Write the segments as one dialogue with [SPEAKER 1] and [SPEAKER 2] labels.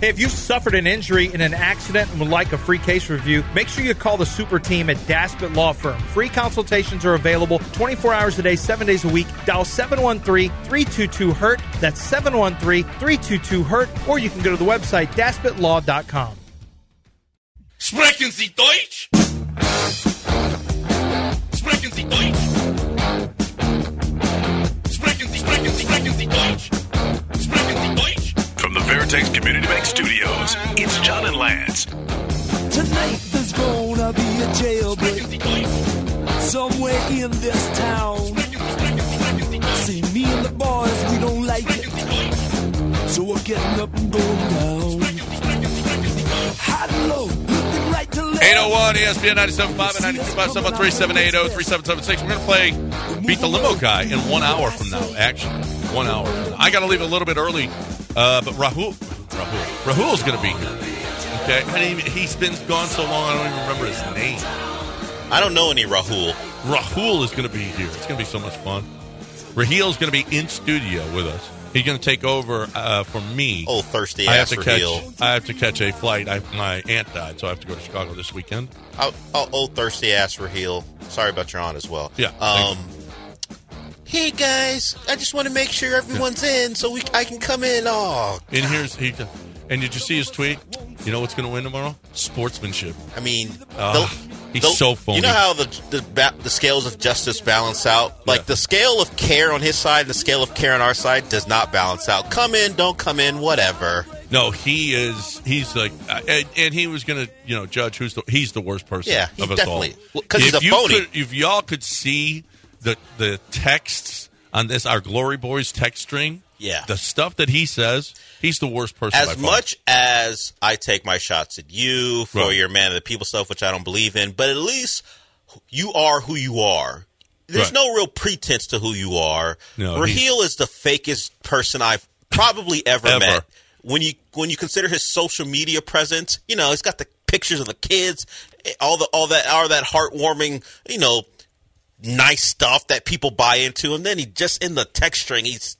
[SPEAKER 1] Hey, if you've suffered an injury in an accident and would like a free case review, make sure you call the super team at Daspit Law Firm. Free consultations are available 24 hours a day, 7 days a week. Dial 713-322-HURT. E That's 713-322-HURT. E Or you can go to the website daspitlaw.com.
[SPEAKER 2] Sprechen Sie Deutsch? Sprechen Sie Deutsch? Sprechen Sie, sprechen Sie, sprechen Sie Deutsch? Sprechen Sie Deutsch?
[SPEAKER 3] From the Veritex Community Bank Studios, it's John and Lance.
[SPEAKER 4] Tonight there's gonna be a
[SPEAKER 2] Sprechen
[SPEAKER 4] jailbreak
[SPEAKER 2] Sie Deutsch?
[SPEAKER 4] somewhere in this town.
[SPEAKER 2] Sprechen Sie, sprechen Sie, sprechen Sie Deutsch?
[SPEAKER 4] See me and the boys, we don't like it,
[SPEAKER 2] Sprechen Sie Deutsch?
[SPEAKER 4] so we're getting up and going down. Hot and low, looking right to left.
[SPEAKER 2] 801 ESPN 975 and 925 oh, 3780 We're going to play Beat the Limo Guy in one hour from now, actually. One hour from now. I got to leave a little bit early, uh, but Rahul, Rahul, Rahul's going to be here. Okay? I didn't even, he's been gone so long, I don't even remember his name.
[SPEAKER 5] I don't know any Rahul.
[SPEAKER 2] Rahul is going to be here. It's going to be so much fun. Rahul's going to be in studio with us. He's going to take over uh, for me.
[SPEAKER 5] Oh, thirsty
[SPEAKER 2] I have
[SPEAKER 5] ass
[SPEAKER 2] to catch.
[SPEAKER 5] Rahul.
[SPEAKER 2] I have to catch a flight. I, my aunt died, so I have to go to Chicago this weekend.
[SPEAKER 5] Oh, oh, oh, thirsty ass Raheel. Sorry about your aunt as well.
[SPEAKER 2] Yeah,
[SPEAKER 5] Um. Hey guys, I just want to make sure everyone's in so we I can come in. Oh,
[SPEAKER 2] And here's he. And did you see his tweet? You know what's going to win tomorrow? Sportsmanship.
[SPEAKER 5] I mean,
[SPEAKER 2] Ugh, Ah, he's so phony.
[SPEAKER 5] You know how the the, ba- the scales of justice balance out? Like
[SPEAKER 2] Yeah.
[SPEAKER 5] the scale of care on his side and the scale of care on our side does not balance out. Come in, don't come in, whatever.
[SPEAKER 2] No, he is. He's like, uh, and, and he was going to, you know, judge who's the. He's the worst person.
[SPEAKER 5] Yeah,
[SPEAKER 2] of
[SPEAKER 5] he's
[SPEAKER 2] us
[SPEAKER 5] definitely-
[SPEAKER 2] all.
[SPEAKER 5] well, 'cause he's
[SPEAKER 2] If
[SPEAKER 5] a
[SPEAKER 2] you
[SPEAKER 5] phony.
[SPEAKER 2] could- if y'all could see the the texts on this, our Glory Boys text string.
[SPEAKER 5] Yeah.
[SPEAKER 2] the stuff that he says, he's the worst person. by far.
[SPEAKER 5] As much as I take my shots at you for
[SPEAKER 2] Right.
[SPEAKER 5] your man of the people stuff, which I don't believe in, but at least you are who you are. There's
[SPEAKER 2] Right.
[SPEAKER 5] no real pretense to who you are.
[SPEAKER 2] No,
[SPEAKER 5] Raheel is the fakest person I've probably ever,
[SPEAKER 2] Ever.
[SPEAKER 5] met. When you when you consider his social media presence, you know he's got the pictures of the kids, all the all that all that heartwarming, you know, nice stuff that people buy into, and then he just in the text string, he's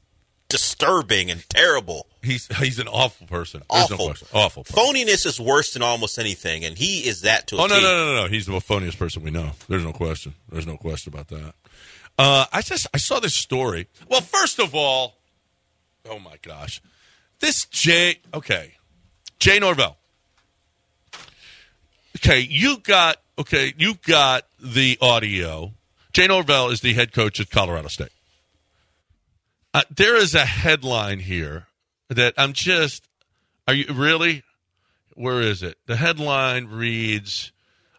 [SPEAKER 5] disturbing and terrible
[SPEAKER 2] he's he's an awful person. There's no
[SPEAKER 5] awful.
[SPEAKER 2] question. Awful. person.
[SPEAKER 5] Phoniness is worse than almost anything, and he is that to a
[SPEAKER 2] Oh no,
[SPEAKER 5] T.
[SPEAKER 2] no, no, no, no! He's the phoniest person we know. There's no question. There's no question about that. Uh, I just I saw this story. Well, first of all, oh my gosh, this Jay. Okay, Jay Norvell. Okay, you got okay, you got the audio. Jay Norvell is the head coach at Colorado State. Uh, there is a headline here that I'm just. Are you really? where is it? The headline reads,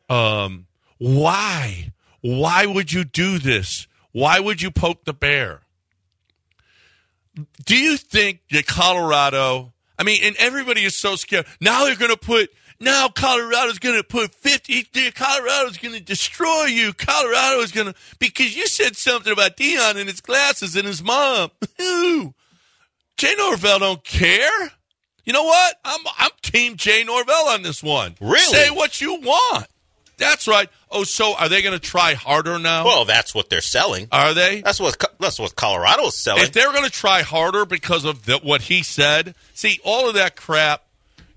[SPEAKER 2] um, "Why? Why would you do this? Why would you poke the bear?" Do you think that Colorado? I mean, and everybody is so scared. Now they're going to put. Now Colorado's going to put fifty. Colorado's going to destroy you. Colorado is going to because you said something about Dion and his glasses and his mom. Ooh. Jay Norvell don't care. You know what? I'm I'm Team Jay Norvell on this one.
[SPEAKER 5] Really?
[SPEAKER 2] Say what you want. That's right. Oh, so are they going to try harder now?
[SPEAKER 5] Well, that's what they're selling.
[SPEAKER 2] are they?
[SPEAKER 5] That's what Co- that's what Colorado is selling.
[SPEAKER 2] Uh, If they're going to try harder because of the, what he said, see all of that crap.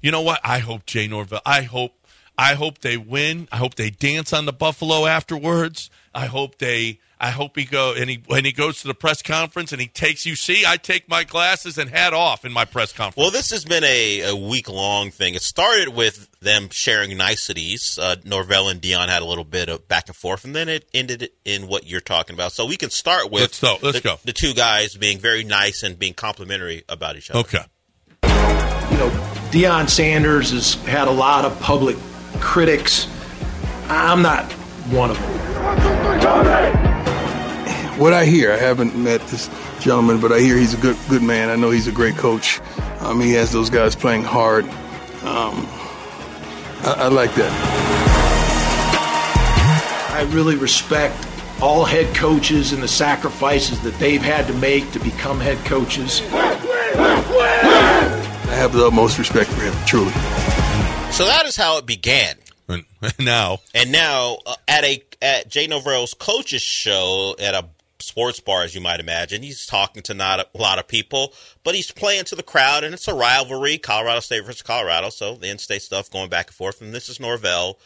[SPEAKER 2] You know what? I hope Jay Norvell. I hope. I hope they win. I hope they dance on the buffalo afterwards. I hope they. I hope he go and he when he goes to the press conference and he takes you. See, I take my glasses and hat off in my press conference.
[SPEAKER 5] well, this has been a, a week long thing. It started with them sharing niceties. Uh, Norvell and Dion had a little bit of back and forth, and then it ended in what you're talking about. So we can start with
[SPEAKER 2] Let's go. Let's
[SPEAKER 5] the,
[SPEAKER 2] go.
[SPEAKER 5] the two guys being very nice and being complimentary about each other.
[SPEAKER 2] okay.
[SPEAKER 6] you know, Deion Sanders has had a lot of public critics. I'm not one of them.
[SPEAKER 7] What I hear, I haven't met this gentleman, but I hear he's a good good man. I know he's a great coach. Um, he has those guys playing hard. Um, I, I like that.
[SPEAKER 6] I really respect all head coaches and the sacrifices that they've had to make to become head coaches.
[SPEAKER 7] I have the utmost respect for him, truly.
[SPEAKER 5] So that is how it began.
[SPEAKER 2] And now
[SPEAKER 5] And now uh, at a at Jay Norvell's coaches show at a sports bar, as you might imagine. He's talking to not a lot of people, but he's playing to the crowd, and it's a rivalry Colorado State versus Colorado. So the in state stuff going back and forth. And this is Norvell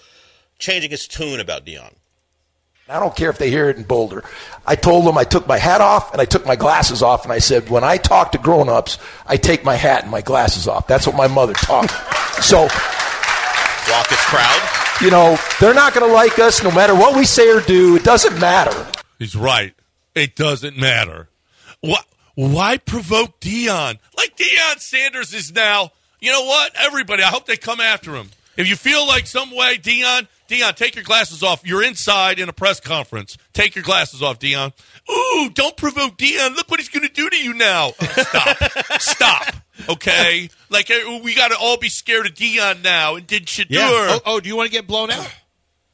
[SPEAKER 5] changing his tune about Dion.
[SPEAKER 8] I don't care if they hear it in Boulder. I told them I took my hat off and I took my glasses off, and I said, when I talk to grown-ups, I take my hat and my glasses off. That's what my mother taught. me. so,
[SPEAKER 5] Walk his crowd.
[SPEAKER 8] you know, they're not going to like us no matter what we say or do. It doesn't matter.
[SPEAKER 2] He's right. It doesn't matter. What? Why provoke Dion? Like Dion Sanders is now. You know what? Everybody, I hope they come after him. If you feel like some way, Dion, Dion, take your glasses off. You're inside in a press conference. Take your glasses off, Dion. Ooh, don't provoke Dion. Look what he's going to do to you now. Oh, Stop. Stop. Okay. Like eh, we got to all be scared of Dion now. And did Shadur?
[SPEAKER 9] Oh, oh, do you want to get blown out?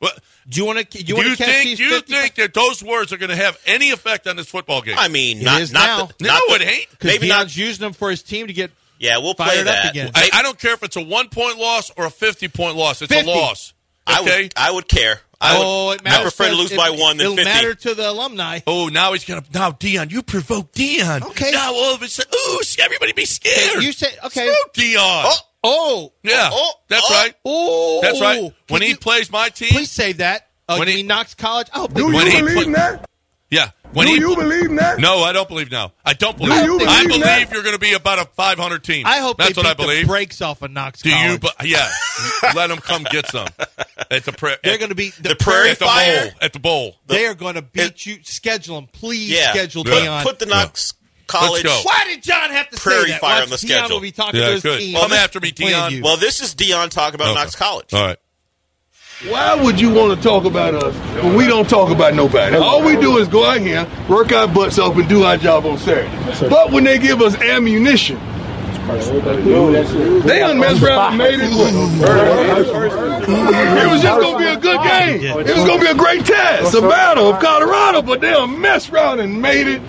[SPEAKER 2] What-
[SPEAKER 9] Do you want to? Do you,
[SPEAKER 2] do
[SPEAKER 9] want
[SPEAKER 2] you
[SPEAKER 9] to catch
[SPEAKER 2] think
[SPEAKER 9] these
[SPEAKER 2] do you
[SPEAKER 9] 55
[SPEAKER 2] think that those words are going to have any effect on this football game?
[SPEAKER 5] I mean, not,
[SPEAKER 9] is
[SPEAKER 5] not,
[SPEAKER 9] now.
[SPEAKER 5] The,
[SPEAKER 2] no,
[SPEAKER 5] not the-
[SPEAKER 2] it ain't.
[SPEAKER 9] 'Cause
[SPEAKER 5] Maybe
[SPEAKER 9] Dion's
[SPEAKER 5] not.
[SPEAKER 9] using them for his team to get
[SPEAKER 5] Yeah, we'll play
[SPEAKER 9] fired up
[SPEAKER 5] that.
[SPEAKER 9] again.
[SPEAKER 2] I, I don't care if it's a one point loss or a fifty point loss. It's
[SPEAKER 9] 50.
[SPEAKER 2] a loss.
[SPEAKER 5] I
[SPEAKER 2] Okay.
[SPEAKER 5] would, I would care. I would,
[SPEAKER 9] oh, it
[SPEAKER 5] I
[SPEAKER 9] matters.
[SPEAKER 5] prefer to lose
[SPEAKER 9] it,
[SPEAKER 5] by one than
[SPEAKER 9] It'll
[SPEAKER 5] 50.
[SPEAKER 9] matter to the alumni.
[SPEAKER 2] oh, now he's gonna. Now Dion, you provoke Dion.
[SPEAKER 9] Okay.
[SPEAKER 2] Now all of a sudden, ooh, everybody be scared.
[SPEAKER 9] You said okay.
[SPEAKER 2] Screw Dion.
[SPEAKER 9] Oh,
[SPEAKER 2] yeah,
[SPEAKER 5] oh,
[SPEAKER 2] that's
[SPEAKER 5] oh.
[SPEAKER 2] right.
[SPEAKER 9] oh,
[SPEAKER 2] That's right. when
[SPEAKER 9] Can
[SPEAKER 2] he
[SPEAKER 9] you-
[SPEAKER 2] plays my team,
[SPEAKER 9] please save that. Uh,
[SPEAKER 2] When
[SPEAKER 9] when
[SPEAKER 2] he-
[SPEAKER 9] he, knocks college. Oh,
[SPEAKER 2] you When he- believe in
[SPEAKER 7] that?
[SPEAKER 2] yeah. When he,
[SPEAKER 7] believe in that?
[SPEAKER 2] no, I don't believe now. I don't believe.
[SPEAKER 7] you
[SPEAKER 2] I
[SPEAKER 7] believe
[SPEAKER 2] believe
[SPEAKER 7] that?
[SPEAKER 2] you're going to be about a 500 team.
[SPEAKER 9] I hope
[SPEAKER 2] that's
[SPEAKER 9] they
[SPEAKER 2] what I
[SPEAKER 9] beat
[SPEAKER 2] believe.
[SPEAKER 9] the brakes off of Knox
[SPEAKER 2] Do you?
[SPEAKER 9] College.
[SPEAKER 2] But yeah, let them come get some at the prayer.
[SPEAKER 9] They're going to be the,
[SPEAKER 5] The Prairie
[SPEAKER 2] at the
[SPEAKER 5] Fire?
[SPEAKER 2] bowl. At the bowl.
[SPEAKER 9] They are going to beat you. Schedule them, please.
[SPEAKER 5] Yeah.
[SPEAKER 9] Schedule
[SPEAKER 2] Yeah.
[SPEAKER 9] Dion.
[SPEAKER 5] Put the Knox College.
[SPEAKER 2] go.
[SPEAKER 9] Why did John have to
[SPEAKER 5] Prairie
[SPEAKER 9] say that?
[SPEAKER 5] Fire
[SPEAKER 9] Watch
[SPEAKER 5] on the
[SPEAKER 9] Deion
[SPEAKER 5] schedule.
[SPEAKER 9] will be talking
[SPEAKER 2] Yeah,
[SPEAKER 9] to his
[SPEAKER 2] good.
[SPEAKER 9] team.
[SPEAKER 2] Come
[SPEAKER 9] I'm
[SPEAKER 2] after me,
[SPEAKER 9] playing
[SPEAKER 2] Deion.
[SPEAKER 9] you.
[SPEAKER 5] Well, this is Dion talking about
[SPEAKER 2] Okay.
[SPEAKER 5] Knox College.
[SPEAKER 2] All right.
[SPEAKER 7] Why would you want to talk about us when we don't talk about nobody? All we do is go out here, work our butts off, and do our job on Saturday. But when they give us ammunition, they done messed around and made it. It was just gonna be a good game. It was gonna be a great test, a battle of Colorado, but they done messed around and made it.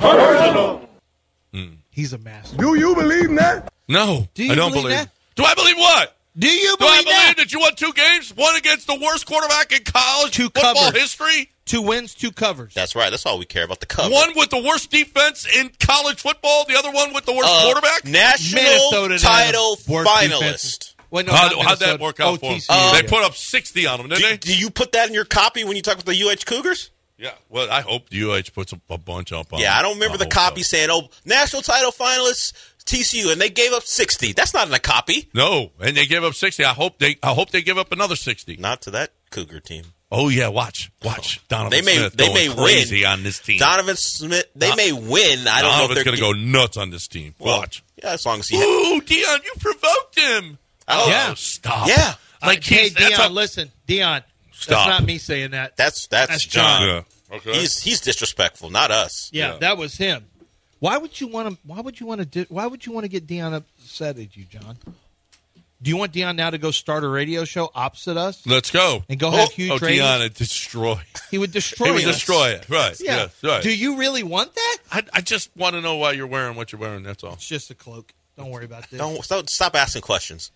[SPEAKER 9] He's a master.
[SPEAKER 7] Do you believe that?
[SPEAKER 2] No,
[SPEAKER 9] Do you
[SPEAKER 2] I don't
[SPEAKER 9] believe
[SPEAKER 2] believe.
[SPEAKER 9] that?
[SPEAKER 2] Do I believe what?
[SPEAKER 9] Do you
[SPEAKER 2] Do I
[SPEAKER 9] believe
[SPEAKER 2] believe
[SPEAKER 9] that?
[SPEAKER 2] that? you won two games, one against the worst quarterback in college
[SPEAKER 9] Two
[SPEAKER 2] football
[SPEAKER 9] covers.
[SPEAKER 2] history,
[SPEAKER 9] Two wins, two covers.
[SPEAKER 5] That's right. That's all we care about. The cover.
[SPEAKER 2] one with the worst defense in college football, the other one with the worst
[SPEAKER 5] Uh,
[SPEAKER 2] quarterback?
[SPEAKER 5] National
[SPEAKER 9] Minnesota didn't have
[SPEAKER 5] title
[SPEAKER 9] the worst
[SPEAKER 5] finalist.
[SPEAKER 9] defense. Wait, no,
[SPEAKER 2] How,
[SPEAKER 9] not
[SPEAKER 2] how'd that
[SPEAKER 9] Minnesota.
[SPEAKER 2] work out for him?
[SPEAKER 9] OTC,
[SPEAKER 2] they
[SPEAKER 9] yeah.
[SPEAKER 2] put up 60 on him, didn't
[SPEAKER 5] Do,
[SPEAKER 2] they?
[SPEAKER 5] do you put that in your copy when you talk about the UH Cougars?
[SPEAKER 2] yeah. Well, I hope UH puts a, a bunch up on
[SPEAKER 5] Yeah,
[SPEAKER 2] him.
[SPEAKER 5] I don't remember the
[SPEAKER 2] hope
[SPEAKER 5] copy
[SPEAKER 2] so.
[SPEAKER 5] saying, "Oh, national title finalists TCU," and they gave up sixty. That's not in a copy.
[SPEAKER 2] No, and they give up 60. I hope they I hope they give up another 60.
[SPEAKER 5] Not to that Cougar team.
[SPEAKER 2] Oh yeah, watch. Watch. Donovan
[SPEAKER 5] Oh. They may
[SPEAKER 2] Smith
[SPEAKER 5] they
[SPEAKER 2] going
[SPEAKER 5] may
[SPEAKER 2] crazy
[SPEAKER 5] win
[SPEAKER 2] on this team.
[SPEAKER 5] Donovan Smith. They may win. I don't know
[SPEAKER 2] Donovan's
[SPEAKER 5] if they're
[SPEAKER 2] going to go nuts on this team.
[SPEAKER 5] Well,
[SPEAKER 2] watch.
[SPEAKER 5] Yeah, as long as he.
[SPEAKER 2] Ooh, Dion, you provoked him.
[SPEAKER 5] Oh,
[SPEAKER 9] Yeah.
[SPEAKER 2] stop.
[SPEAKER 5] Yeah.
[SPEAKER 2] like
[SPEAKER 9] hey,
[SPEAKER 2] he's
[SPEAKER 9] Dion,
[SPEAKER 2] that's a-
[SPEAKER 9] listen, Dion.
[SPEAKER 2] Stop.
[SPEAKER 9] That's not me saying that.
[SPEAKER 5] that's that's,
[SPEAKER 9] That's
[SPEAKER 5] John.
[SPEAKER 9] John.
[SPEAKER 2] Yeah. Okay.
[SPEAKER 5] He's he's disrespectful, not us.
[SPEAKER 9] yeah, that was him. Why would you want to? Why would you want to? Di- why would you want to get Dion upset at you, John? Do you want Dion now to go start a radio show opposite us?
[SPEAKER 2] Let's go
[SPEAKER 9] And go have
[SPEAKER 2] oh,
[SPEAKER 9] huge
[SPEAKER 2] Oh,
[SPEAKER 9] ratings?
[SPEAKER 2] Dion, it destroy.
[SPEAKER 9] He would destroy.
[SPEAKER 2] It would
[SPEAKER 9] us.
[SPEAKER 2] destroy it. Right.
[SPEAKER 9] Yeah.
[SPEAKER 2] Yes, right.
[SPEAKER 9] Do you really want that?
[SPEAKER 2] I, I just want to know why you're wearing what you're wearing. That's all.
[SPEAKER 9] It's just a cloak. Don't worry about this.
[SPEAKER 5] Don't stop, stop asking questions.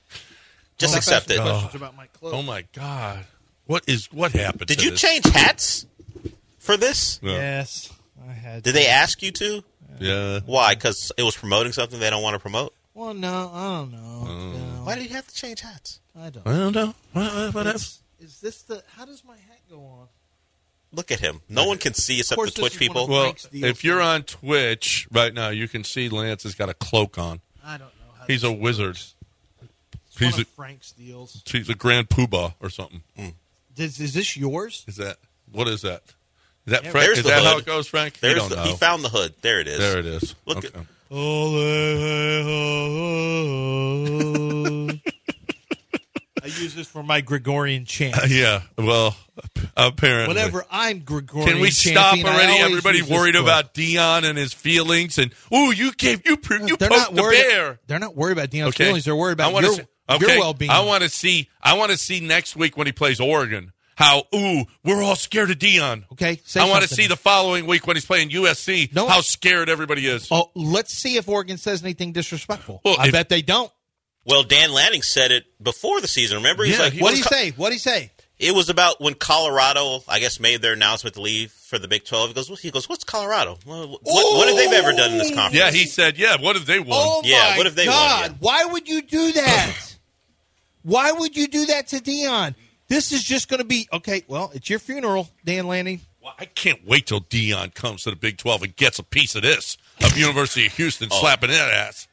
[SPEAKER 5] Just
[SPEAKER 9] Stop
[SPEAKER 5] accept
[SPEAKER 9] asking
[SPEAKER 5] it.
[SPEAKER 9] Questions about my cloak.
[SPEAKER 2] Oh my God. What is what happened?
[SPEAKER 5] Did
[SPEAKER 2] to
[SPEAKER 5] you
[SPEAKER 2] Oh, this?
[SPEAKER 5] change hats for this?
[SPEAKER 2] No. Yeah.
[SPEAKER 9] Yes, I had. to.
[SPEAKER 5] Did they ask you to? Why? Because it was promoting something they don't want to promote.
[SPEAKER 9] Well, no, I don't know. No,
[SPEAKER 5] Why do you have to change hats?
[SPEAKER 9] I don't.
[SPEAKER 2] I don't know. uh, What, what, what else?
[SPEAKER 9] It's- Is this the? How does my hat go on?
[SPEAKER 5] Look at him. No one can see except
[SPEAKER 9] course
[SPEAKER 5] the Twitch
[SPEAKER 9] this is one
[SPEAKER 5] people.
[SPEAKER 9] of-
[SPEAKER 2] Well,
[SPEAKER 9] Frank's deal.
[SPEAKER 2] if you're on Twitch right now, you can see Lance has got a cloak on.
[SPEAKER 9] I don't know. How
[SPEAKER 2] He's
[SPEAKER 9] this
[SPEAKER 2] a wizard.
[SPEAKER 9] It's one
[SPEAKER 2] he's
[SPEAKER 9] of
[SPEAKER 2] a-
[SPEAKER 9] Frank's deals.
[SPEAKER 2] He's a grand poobah or something.
[SPEAKER 9] Does, is this yours?
[SPEAKER 2] Is that what is that? Is that Frank?
[SPEAKER 5] There's
[SPEAKER 2] Is
[SPEAKER 5] the
[SPEAKER 2] that how
[SPEAKER 5] hood.
[SPEAKER 2] it goes, Frank? You
[SPEAKER 5] There's
[SPEAKER 2] don't
[SPEAKER 5] the-
[SPEAKER 2] know.
[SPEAKER 5] he found the hood. There it is.
[SPEAKER 2] there it is.
[SPEAKER 5] Look
[SPEAKER 2] Okay.
[SPEAKER 5] at-
[SPEAKER 9] I use this for my Gregorian chant.
[SPEAKER 2] yeah. Well, apparently.
[SPEAKER 9] Whatever I'm Gregorian.
[SPEAKER 2] Can we stop
[SPEAKER 9] chanting, I
[SPEAKER 2] already?
[SPEAKER 9] always
[SPEAKER 2] Everybody
[SPEAKER 9] use this
[SPEAKER 2] worried
[SPEAKER 9] book.
[SPEAKER 2] about Dion and his feelings, and ooh, you gave you pr- you
[SPEAKER 9] they're
[SPEAKER 2] poked
[SPEAKER 9] not
[SPEAKER 2] the
[SPEAKER 9] worried.
[SPEAKER 2] bear.
[SPEAKER 9] They're not worried about Dion's
[SPEAKER 2] Okay,
[SPEAKER 9] feelings. They're worried
[SPEAKER 2] I
[SPEAKER 9] about
[SPEAKER 2] wanna
[SPEAKER 9] your,
[SPEAKER 2] see- okay,
[SPEAKER 9] your well-being.
[SPEAKER 2] I want to see. I want to see next week when he plays Oregon. How ooh, we're all scared of Dion.
[SPEAKER 9] Okay, say
[SPEAKER 2] I want to
[SPEAKER 9] something.
[SPEAKER 2] see the following week when he's playing USC.
[SPEAKER 9] No.
[SPEAKER 2] how scared everybody is.
[SPEAKER 9] Oh, let's see if Oregon says anything disrespectful.
[SPEAKER 2] Well,
[SPEAKER 9] I
[SPEAKER 2] if-
[SPEAKER 9] bet they don't.
[SPEAKER 5] Well, Dan Lanning said it before the season. Remember, he's
[SPEAKER 2] Yeah,
[SPEAKER 5] like,
[SPEAKER 2] he-
[SPEAKER 9] What
[SPEAKER 5] what
[SPEAKER 9] do you
[SPEAKER 5] co-
[SPEAKER 9] say? What do you say?
[SPEAKER 5] It was about when Colorado, I guess, made their announcement to leave for the Big Twelve. He goes, he goes, what's Colorado? What, what, what have they ever done in this conference?
[SPEAKER 2] Oh, Yeah, he said, yeah, what if they won?
[SPEAKER 9] Oh
[SPEAKER 5] Yeah,
[SPEAKER 9] my
[SPEAKER 5] what if they won?
[SPEAKER 9] God!
[SPEAKER 5] Yeah.
[SPEAKER 9] Why would you do that? Why would you do that to Dion? This is just going to be okay. Well, it's your funeral, Dan Lanning.
[SPEAKER 2] Well, I can't wait till Dion comes to the Big 12 and gets a piece of this of University of Houston
[SPEAKER 5] Oh.
[SPEAKER 2] slapping that ass.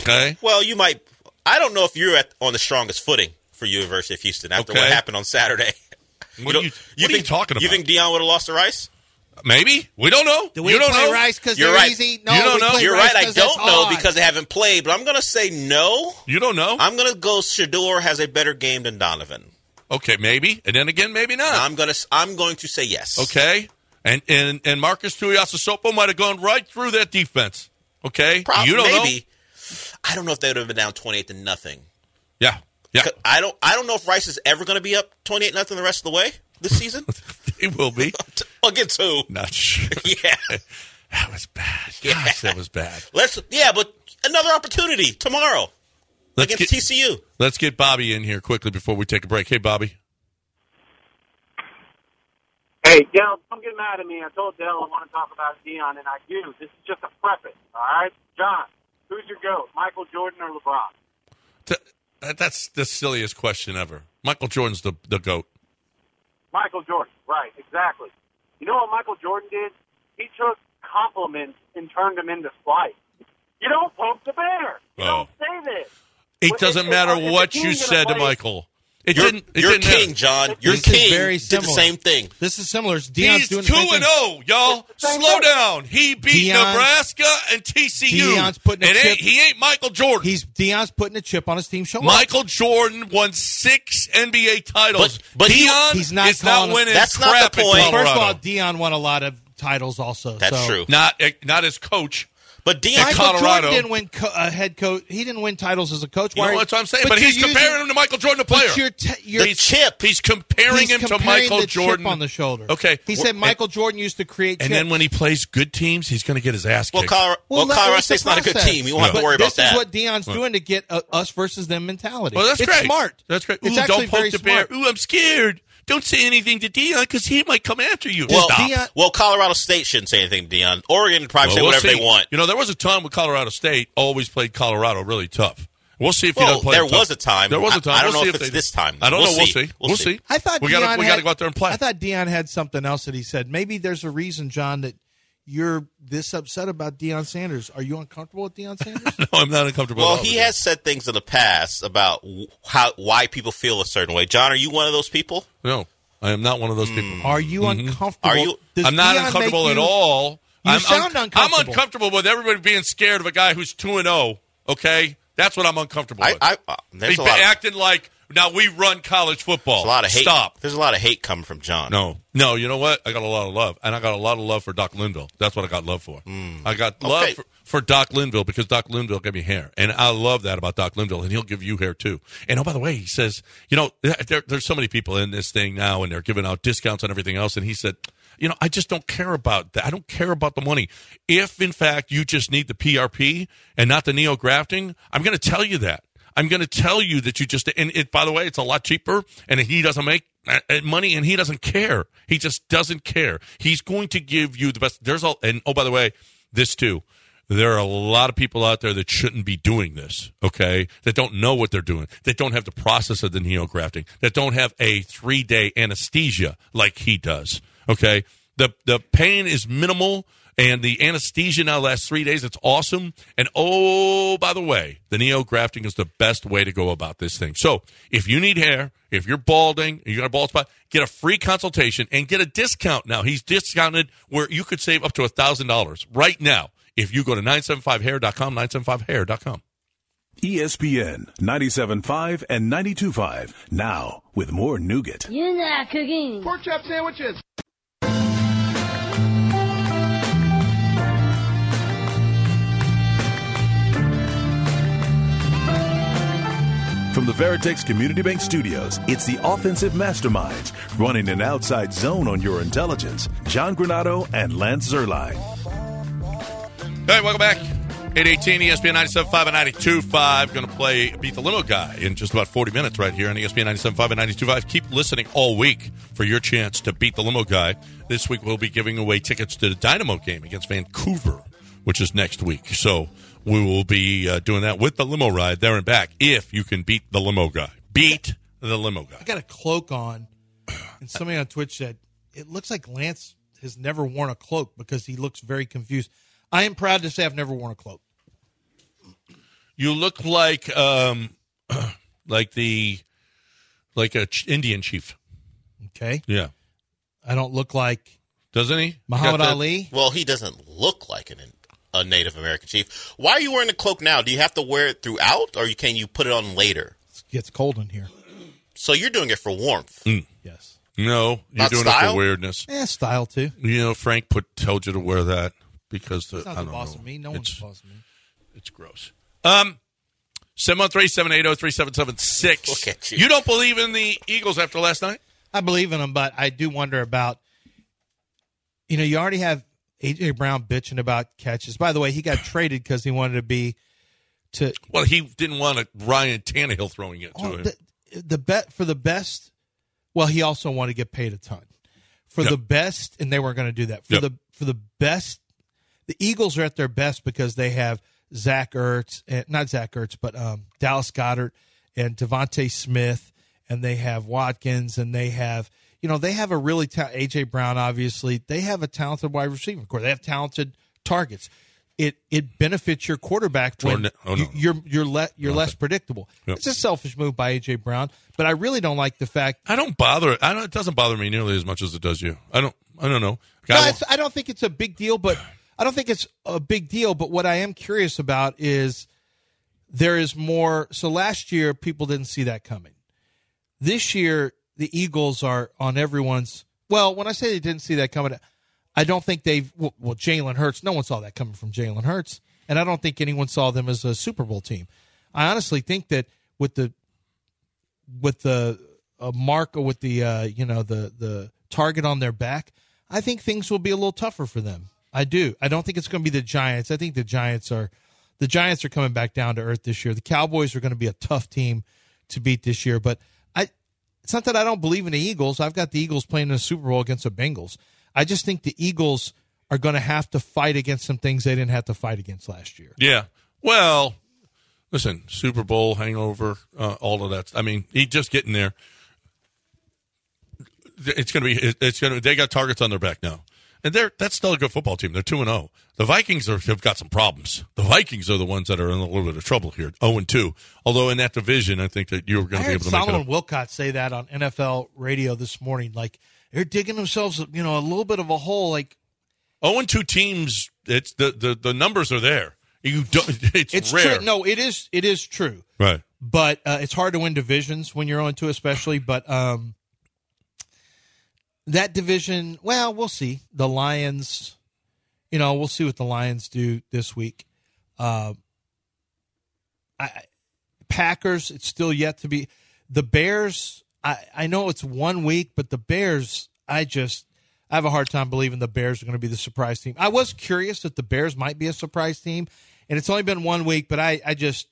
[SPEAKER 2] Okay?
[SPEAKER 5] Well, you might. I don't know if you're at, on the strongest footing for University of Houston after
[SPEAKER 2] Okay.
[SPEAKER 5] what happened on Saturday.
[SPEAKER 2] What,
[SPEAKER 5] don't-
[SPEAKER 2] are, you, what are you talking about?
[SPEAKER 5] You think Dion would have lost to Rice?
[SPEAKER 2] Maybe. We don't know.
[SPEAKER 9] Do we
[SPEAKER 2] you don't
[SPEAKER 9] play
[SPEAKER 2] know.
[SPEAKER 9] Rice because
[SPEAKER 5] You're
[SPEAKER 9] they're
[SPEAKER 5] right.
[SPEAKER 9] easy? No,
[SPEAKER 2] You don't
[SPEAKER 9] we
[SPEAKER 2] know.
[SPEAKER 9] play
[SPEAKER 5] You're
[SPEAKER 9] Rice
[SPEAKER 5] right. I
[SPEAKER 9] 'cause it's
[SPEAKER 5] don't know
[SPEAKER 9] hard.
[SPEAKER 5] because they haven't played, but I'm going to say no.
[SPEAKER 2] You don't know.
[SPEAKER 5] I'm going to go. Shador has a better game than Donovan.
[SPEAKER 2] okay, maybe. And then again, maybe not.
[SPEAKER 5] I'm going to. I'm going to say yes.
[SPEAKER 2] Okay, and and and Marcus Tuiasosopo might have gone right through that defense. Okay,
[SPEAKER 5] Prob-
[SPEAKER 2] you don't know.
[SPEAKER 5] maybe. I don't know if they would have been down 28 to nothing.
[SPEAKER 2] Yeah, yeah,
[SPEAKER 5] 'Cause I don't. I don't know if Rice is ever going to be up 28 nothing the rest of the way this season.
[SPEAKER 2] it will be.
[SPEAKER 5] Against who?
[SPEAKER 2] Not sure.
[SPEAKER 5] Yeah.
[SPEAKER 2] That was bad. Gosh,
[SPEAKER 5] Yeah.
[SPEAKER 2] that was bad.
[SPEAKER 5] Let's. Yeah, but another opportunity tomorrow
[SPEAKER 2] Let's
[SPEAKER 5] against
[SPEAKER 2] get
[SPEAKER 5] TCU.
[SPEAKER 2] let's get Bobby in here quickly before we take a break. Hey, Bobby.
[SPEAKER 10] Hey, Dell, don't get mad at me. I told Dell I want to talk about Dion, and I do. This is just a preface, all right? John, who's your GOAT, Michael Jordan or LeBron?
[SPEAKER 2] Th- that- uh, that's the silliest question ever. Michael Jordan's the the goat.
[SPEAKER 10] Michael Jordan, right, exactly. You know what Michael Jordan did? He took compliments and turned them into slights. You don't poke the bear.
[SPEAKER 2] Oh.
[SPEAKER 10] You don't say this.
[SPEAKER 2] It
[SPEAKER 10] Well,
[SPEAKER 2] doesn't
[SPEAKER 10] if-
[SPEAKER 2] matter
[SPEAKER 10] if the
[SPEAKER 2] what
[SPEAKER 10] team
[SPEAKER 2] you
[SPEAKER 10] gonna
[SPEAKER 2] said to
[SPEAKER 10] play-
[SPEAKER 2] Michael. It
[SPEAKER 5] You're,
[SPEAKER 2] didn't. It
[SPEAKER 5] you're
[SPEAKER 2] didn't
[SPEAKER 5] king,
[SPEAKER 2] matter.
[SPEAKER 5] John. You're
[SPEAKER 9] This is
[SPEAKER 5] king.
[SPEAKER 9] very
[SPEAKER 5] did the
[SPEAKER 9] similar.
[SPEAKER 5] same thing.
[SPEAKER 9] This is similar. Dion's
[SPEAKER 2] He's two
[SPEAKER 9] doing the same thing.
[SPEAKER 2] and oh. zero, y'all.
[SPEAKER 10] It's the same
[SPEAKER 2] Slow
[SPEAKER 10] thing.
[SPEAKER 2] down. He beat
[SPEAKER 9] Deion-
[SPEAKER 2] Nebraska and TCU.
[SPEAKER 9] Deion's putting a
[SPEAKER 2] It ain't-
[SPEAKER 9] chip-
[SPEAKER 2] he ain't Michael Jordan.
[SPEAKER 9] He's Dion's putting a chip on his team shoulder.
[SPEAKER 2] Michael Jordan won six NBA titles.
[SPEAKER 5] But- but he-
[SPEAKER 2] Dion
[SPEAKER 9] he's not
[SPEAKER 2] is not
[SPEAKER 9] calling him-
[SPEAKER 2] winning.
[SPEAKER 5] That's not
[SPEAKER 2] crap
[SPEAKER 5] the
[SPEAKER 2] in
[SPEAKER 5] point.
[SPEAKER 9] Well, first of all,
[SPEAKER 2] Colorado.
[SPEAKER 9] Dion won a lot of titles also.
[SPEAKER 5] That's
[SPEAKER 9] so-
[SPEAKER 5] true.
[SPEAKER 2] not eh, not as coach.
[SPEAKER 5] But Dion,
[SPEAKER 9] Michael
[SPEAKER 2] Colorado.
[SPEAKER 9] Jordan didn't win co- a head coach. He didn't win titles as a coach.
[SPEAKER 2] You
[SPEAKER 9] Why
[SPEAKER 2] know
[SPEAKER 9] are-
[SPEAKER 2] what I'm saying? But, he's
[SPEAKER 9] you're using-
[SPEAKER 2] comparing him to Michael Jordan, the player.
[SPEAKER 9] But you're te- you're
[SPEAKER 5] the chip.
[SPEAKER 2] he's comparing
[SPEAKER 9] he's
[SPEAKER 2] him to
[SPEAKER 9] comparing
[SPEAKER 2] Michael
[SPEAKER 9] the
[SPEAKER 2] Jordan
[SPEAKER 9] chip on the shoulder.
[SPEAKER 2] Okay,
[SPEAKER 9] He
[SPEAKER 2] Well,
[SPEAKER 9] said
[SPEAKER 2] and-
[SPEAKER 9] Michael Jordan used to create. chips.
[SPEAKER 2] And then when he plays good teams, he's going to get his ass
[SPEAKER 5] Well,
[SPEAKER 2] kicked.
[SPEAKER 5] Colorado, well,
[SPEAKER 9] that-
[SPEAKER 5] Colorado
[SPEAKER 9] that's the
[SPEAKER 5] State's not a good
[SPEAKER 9] process.
[SPEAKER 5] team. You won't have
[SPEAKER 9] But
[SPEAKER 5] to worry about
[SPEAKER 9] This
[SPEAKER 5] that.
[SPEAKER 9] is what Dion's doing to get a us versus them mentality.
[SPEAKER 2] well, that's
[SPEAKER 9] it's
[SPEAKER 2] great.
[SPEAKER 9] smart.
[SPEAKER 2] That's great. Ooh,
[SPEAKER 9] It's
[SPEAKER 2] don't
[SPEAKER 9] actually
[SPEAKER 2] poke
[SPEAKER 9] very
[SPEAKER 2] the
[SPEAKER 9] smart.
[SPEAKER 2] bear. Ooh, I'm scared. Don't say anything to Dion because he might come after you.
[SPEAKER 5] well,
[SPEAKER 2] Stop.
[SPEAKER 9] Deion-
[SPEAKER 5] well, Colorado State shouldn't say anything to Dion. Oregon can probably
[SPEAKER 2] Well,
[SPEAKER 5] say
[SPEAKER 2] we'll
[SPEAKER 5] whatever
[SPEAKER 2] see.
[SPEAKER 5] they want.
[SPEAKER 2] You know, there was a time when Colorado State always played Colorado really tough. We'll see if he
[SPEAKER 5] Well,
[SPEAKER 2] doesn't play.
[SPEAKER 5] there
[SPEAKER 2] it tough.
[SPEAKER 5] was a time.
[SPEAKER 2] There was a
[SPEAKER 5] I-
[SPEAKER 2] time.
[SPEAKER 5] I don't
[SPEAKER 2] We'll
[SPEAKER 5] know
[SPEAKER 2] see
[SPEAKER 5] if it's
[SPEAKER 2] they-
[SPEAKER 5] this time.
[SPEAKER 2] I don't
[SPEAKER 5] We'll
[SPEAKER 2] know. We'll
[SPEAKER 5] see.
[SPEAKER 2] see.
[SPEAKER 5] We'll
[SPEAKER 2] We'll
[SPEAKER 5] see.
[SPEAKER 2] see.
[SPEAKER 9] I thought
[SPEAKER 2] we
[SPEAKER 9] Dion
[SPEAKER 2] gotta we
[SPEAKER 9] had,
[SPEAKER 2] gotta go out there and play.
[SPEAKER 9] I thought Dion had something else that he said. Maybe there's a reason, John, that you're this upset about Deion Sanders. Are you uncomfortable with Deion Sanders?
[SPEAKER 2] no, I'm not uncomfortable. at
[SPEAKER 5] Well,
[SPEAKER 2] all
[SPEAKER 5] he
[SPEAKER 2] with
[SPEAKER 5] has said things in the past about wh- how why people feel a certain way. John, are you one of those people?
[SPEAKER 2] it. No, I am not one of those people.
[SPEAKER 9] Are you uncomfortable?
[SPEAKER 5] Are you-
[SPEAKER 9] Hmm. Does
[SPEAKER 2] Mm-hmm. I'm not
[SPEAKER 9] Deion make
[SPEAKER 2] uncomfortable at
[SPEAKER 9] you-
[SPEAKER 2] all.
[SPEAKER 9] You
[SPEAKER 2] I'm
[SPEAKER 9] sound uncomfortable.
[SPEAKER 2] I'm uncomfortable with everybody being scared of a guy who's two and zero. Okay, that's what I'm uncomfortable
[SPEAKER 5] I,
[SPEAKER 2] with.
[SPEAKER 5] I uh, there's
[SPEAKER 2] He's
[SPEAKER 5] a
[SPEAKER 2] been
[SPEAKER 5] lot, of,
[SPEAKER 2] acting like now we run college football.
[SPEAKER 5] a lot of hate.
[SPEAKER 2] Stop.
[SPEAKER 5] There's a lot of hate coming from John.
[SPEAKER 2] No, no. You know what? I got a lot of love, and I got a lot of love for Doc Linville. That's what I got love for. I got love
[SPEAKER 5] Hmm. Okay.
[SPEAKER 2] for, for Doc Linville because Doc Linville gave me hair, and I love that about Doc Linville, and he'll give you hair too. And oh, by the way, he says, you know, th- there, there's so many people in this thing now, and they're giving out discounts and everything else, and he said. You know, I just don't care about that. I don't care about the money. If, in fact, you just need the PRP and not the neo grafting, I'm going to tell you that. I'm going to tell you that you just and it. By the way, it's a lot cheaper, and he doesn't make uh, uh, money, and he doesn't care. He just doesn't care. He's going to give you the best. There's all and oh by the way, this too. There are a lot of people out there that shouldn't be doing this. Okay, that don't know what they're doing. That don't have the process of the neo grafting. That don't have a three day anesthesia like he does. Okay, the the pain is minimal and the anesthesia now lasts three days. It's awesome. And oh, by the way, the neo grafting is the best way to go about this thing. So if you need hair, if you're balding, you got a bald spot, get a free consultation and get a discount now. He's discounted where you could save up to $1,000 right now if you go to 975hair.com, 975hair.com.
[SPEAKER 4] E ESPN 97.5 and 92.5. Now with more nougat.
[SPEAKER 11] You're not cooking.
[SPEAKER 4] From the Veritex Community Bank Studios, it's the offensive masterminds running an outside zone on your intelligence. John Granado and Lance Zerline.
[SPEAKER 2] Hey, welcome back. E 818 ESPN 975 and 925. Going to play Beat the Limo Guy in just about 40 minutes right here on E ESPN 975 and 925. Keep listening all week for your chance to beat the Limo Guy. This week we'll be giving away tickets to the Dynamo game against Vancouver, which is next week. So we will be uh, doing that with the limo ride there and back if you can beat the limo guy. Beat the limo guy.
[SPEAKER 9] I got a cloak on, and somebody on Twitch said it looks like Lance has never worn a cloak because he looks very confused. I am proud to say I've never worn a cloak.
[SPEAKER 2] You look like um like the like a ch- Indian chief.
[SPEAKER 9] Okay,
[SPEAKER 2] Yeah.
[SPEAKER 9] I don't look like
[SPEAKER 2] Doesn't he?
[SPEAKER 9] Muhammad
[SPEAKER 2] Got that-
[SPEAKER 9] Ali.
[SPEAKER 5] Well, he doesn't look like an a Native American chief. Why are you wearing a cloak now? Do you have to wear it throughout, or you can you put it on later?
[SPEAKER 9] It gets cold in here.
[SPEAKER 5] So you're doing it for warmth.
[SPEAKER 9] Yes,
[SPEAKER 2] No, you're
[SPEAKER 5] Not
[SPEAKER 2] doing it
[SPEAKER 5] style?
[SPEAKER 2] for weirdness.
[SPEAKER 9] eh, style too.
[SPEAKER 2] You know, Frank put told you to wear that because the,
[SPEAKER 9] It's
[SPEAKER 2] I
[SPEAKER 9] not the
[SPEAKER 2] don't
[SPEAKER 9] boss
[SPEAKER 2] know.
[SPEAKER 9] of me. No one's
[SPEAKER 2] it's,
[SPEAKER 9] the boss of me.
[SPEAKER 2] It's gross. Um, seven one three seven eight zero three seven seven six.
[SPEAKER 5] Look at you.
[SPEAKER 2] You don't believe in the Eagles after last night?
[SPEAKER 9] I believe in him, but I do wonder about. You know, you already have AJ Brown bitching about catches. By the way, he got traded because he wanted to be to
[SPEAKER 2] Well, he didn't want a Ryan Tannehill throwing it to
[SPEAKER 9] Oh,
[SPEAKER 2] him.
[SPEAKER 9] the, the bet for the best. Well, he also wanted to get paid a ton for
[SPEAKER 2] Yep.
[SPEAKER 9] the best, and they weren't going to do that for
[SPEAKER 2] Yep.
[SPEAKER 9] the for the best. The Eagles are at their best because they have Zach Ertz, and, not Zach Ertz, but um, Dallas Goddard and Devontae Smith, and they have Watkins, and they have you know they have a really ta- AJ Brown. Obviously, they have a talented wide receiver core. They have talented targets. It it benefits your quarterback when
[SPEAKER 2] Jordan- oh, no.
[SPEAKER 9] you- you're you're le- you're less predictable.
[SPEAKER 2] Yep.
[SPEAKER 9] It's a selfish move by AJ Brown, but I really don't like the fact.
[SPEAKER 2] I don't bother. I don't. It doesn't bother me nearly as much as it does you. I don't. I don't know.
[SPEAKER 9] No,
[SPEAKER 2] Guy wa-
[SPEAKER 9] it's, I don't think it's a big deal, but I don't think it's a big deal. But what I am curious about is there is more. So last year, people didn't see that coming. This year, the Eagles are on everyone's. Well, when I say they didn't see that coming, I don't think they've. Well, well Jalen Hurts, no one saw that coming from Jalen Hurts, and I don't think anyone saw them as a Super Bowl team. I honestly think that with the with the uh, mark or with the uh, you know the the target on their back, I think things will be a little tougher for them. I do. I don't think it's going to be the Giants. I think the Giants are the Giants are coming back down to earth this year. The Cowboys are going to be a tough team to beat this year, but I it's not that I don't believe in the Eagles. I've got the Eagles playing in the Super Bowl against the Bengals. I just think the Eagles are going to have to fight against some things they didn't have to fight against last year.
[SPEAKER 2] Yeah. Well, listen, Super Bowl hangover, uh, all of that. I mean, he just getting there. It's going to be. It's going to. They got targets on their back now, and they're that's still a good football team. They're two and zero. The Vikings are, have got some problems. The Vikings are the ones that are in a little bit of trouble here, zero and two. Although in that division, I think that you're
[SPEAKER 9] I
[SPEAKER 2] going to be
[SPEAKER 9] heard
[SPEAKER 2] able to make it.
[SPEAKER 9] Solomon
[SPEAKER 2] Up.
[SPEAKER 9] Wilcott say that on NFL radio this morning. Like they're digging themselves, you know, a little bit of a hole. Like
[SPEAKER 2] Zero oh and two teams. It's the, the the numbers are there. You don't. It's,
[SPEAKER 9] it's
[SPEAKER 2] rare.
[SPEAKER 9] true. No, it is. It is true.
[SPEAKER 2] Right.
[SPEAKER 9] But uh, it's hard to win divisions when you're on two, especially. But um, that division, well, we'll see. The Lions, you know, we'll see what the Lions do this week. Uh, I, I- Packers, it's still yet to be. The Bears, I, I know it's one week, but the Bears, I just, I have a hard time believing the Bears are going to be the surprise team. I was curious that the Bears might be a surprise team, and it's only been one week, but I, I just,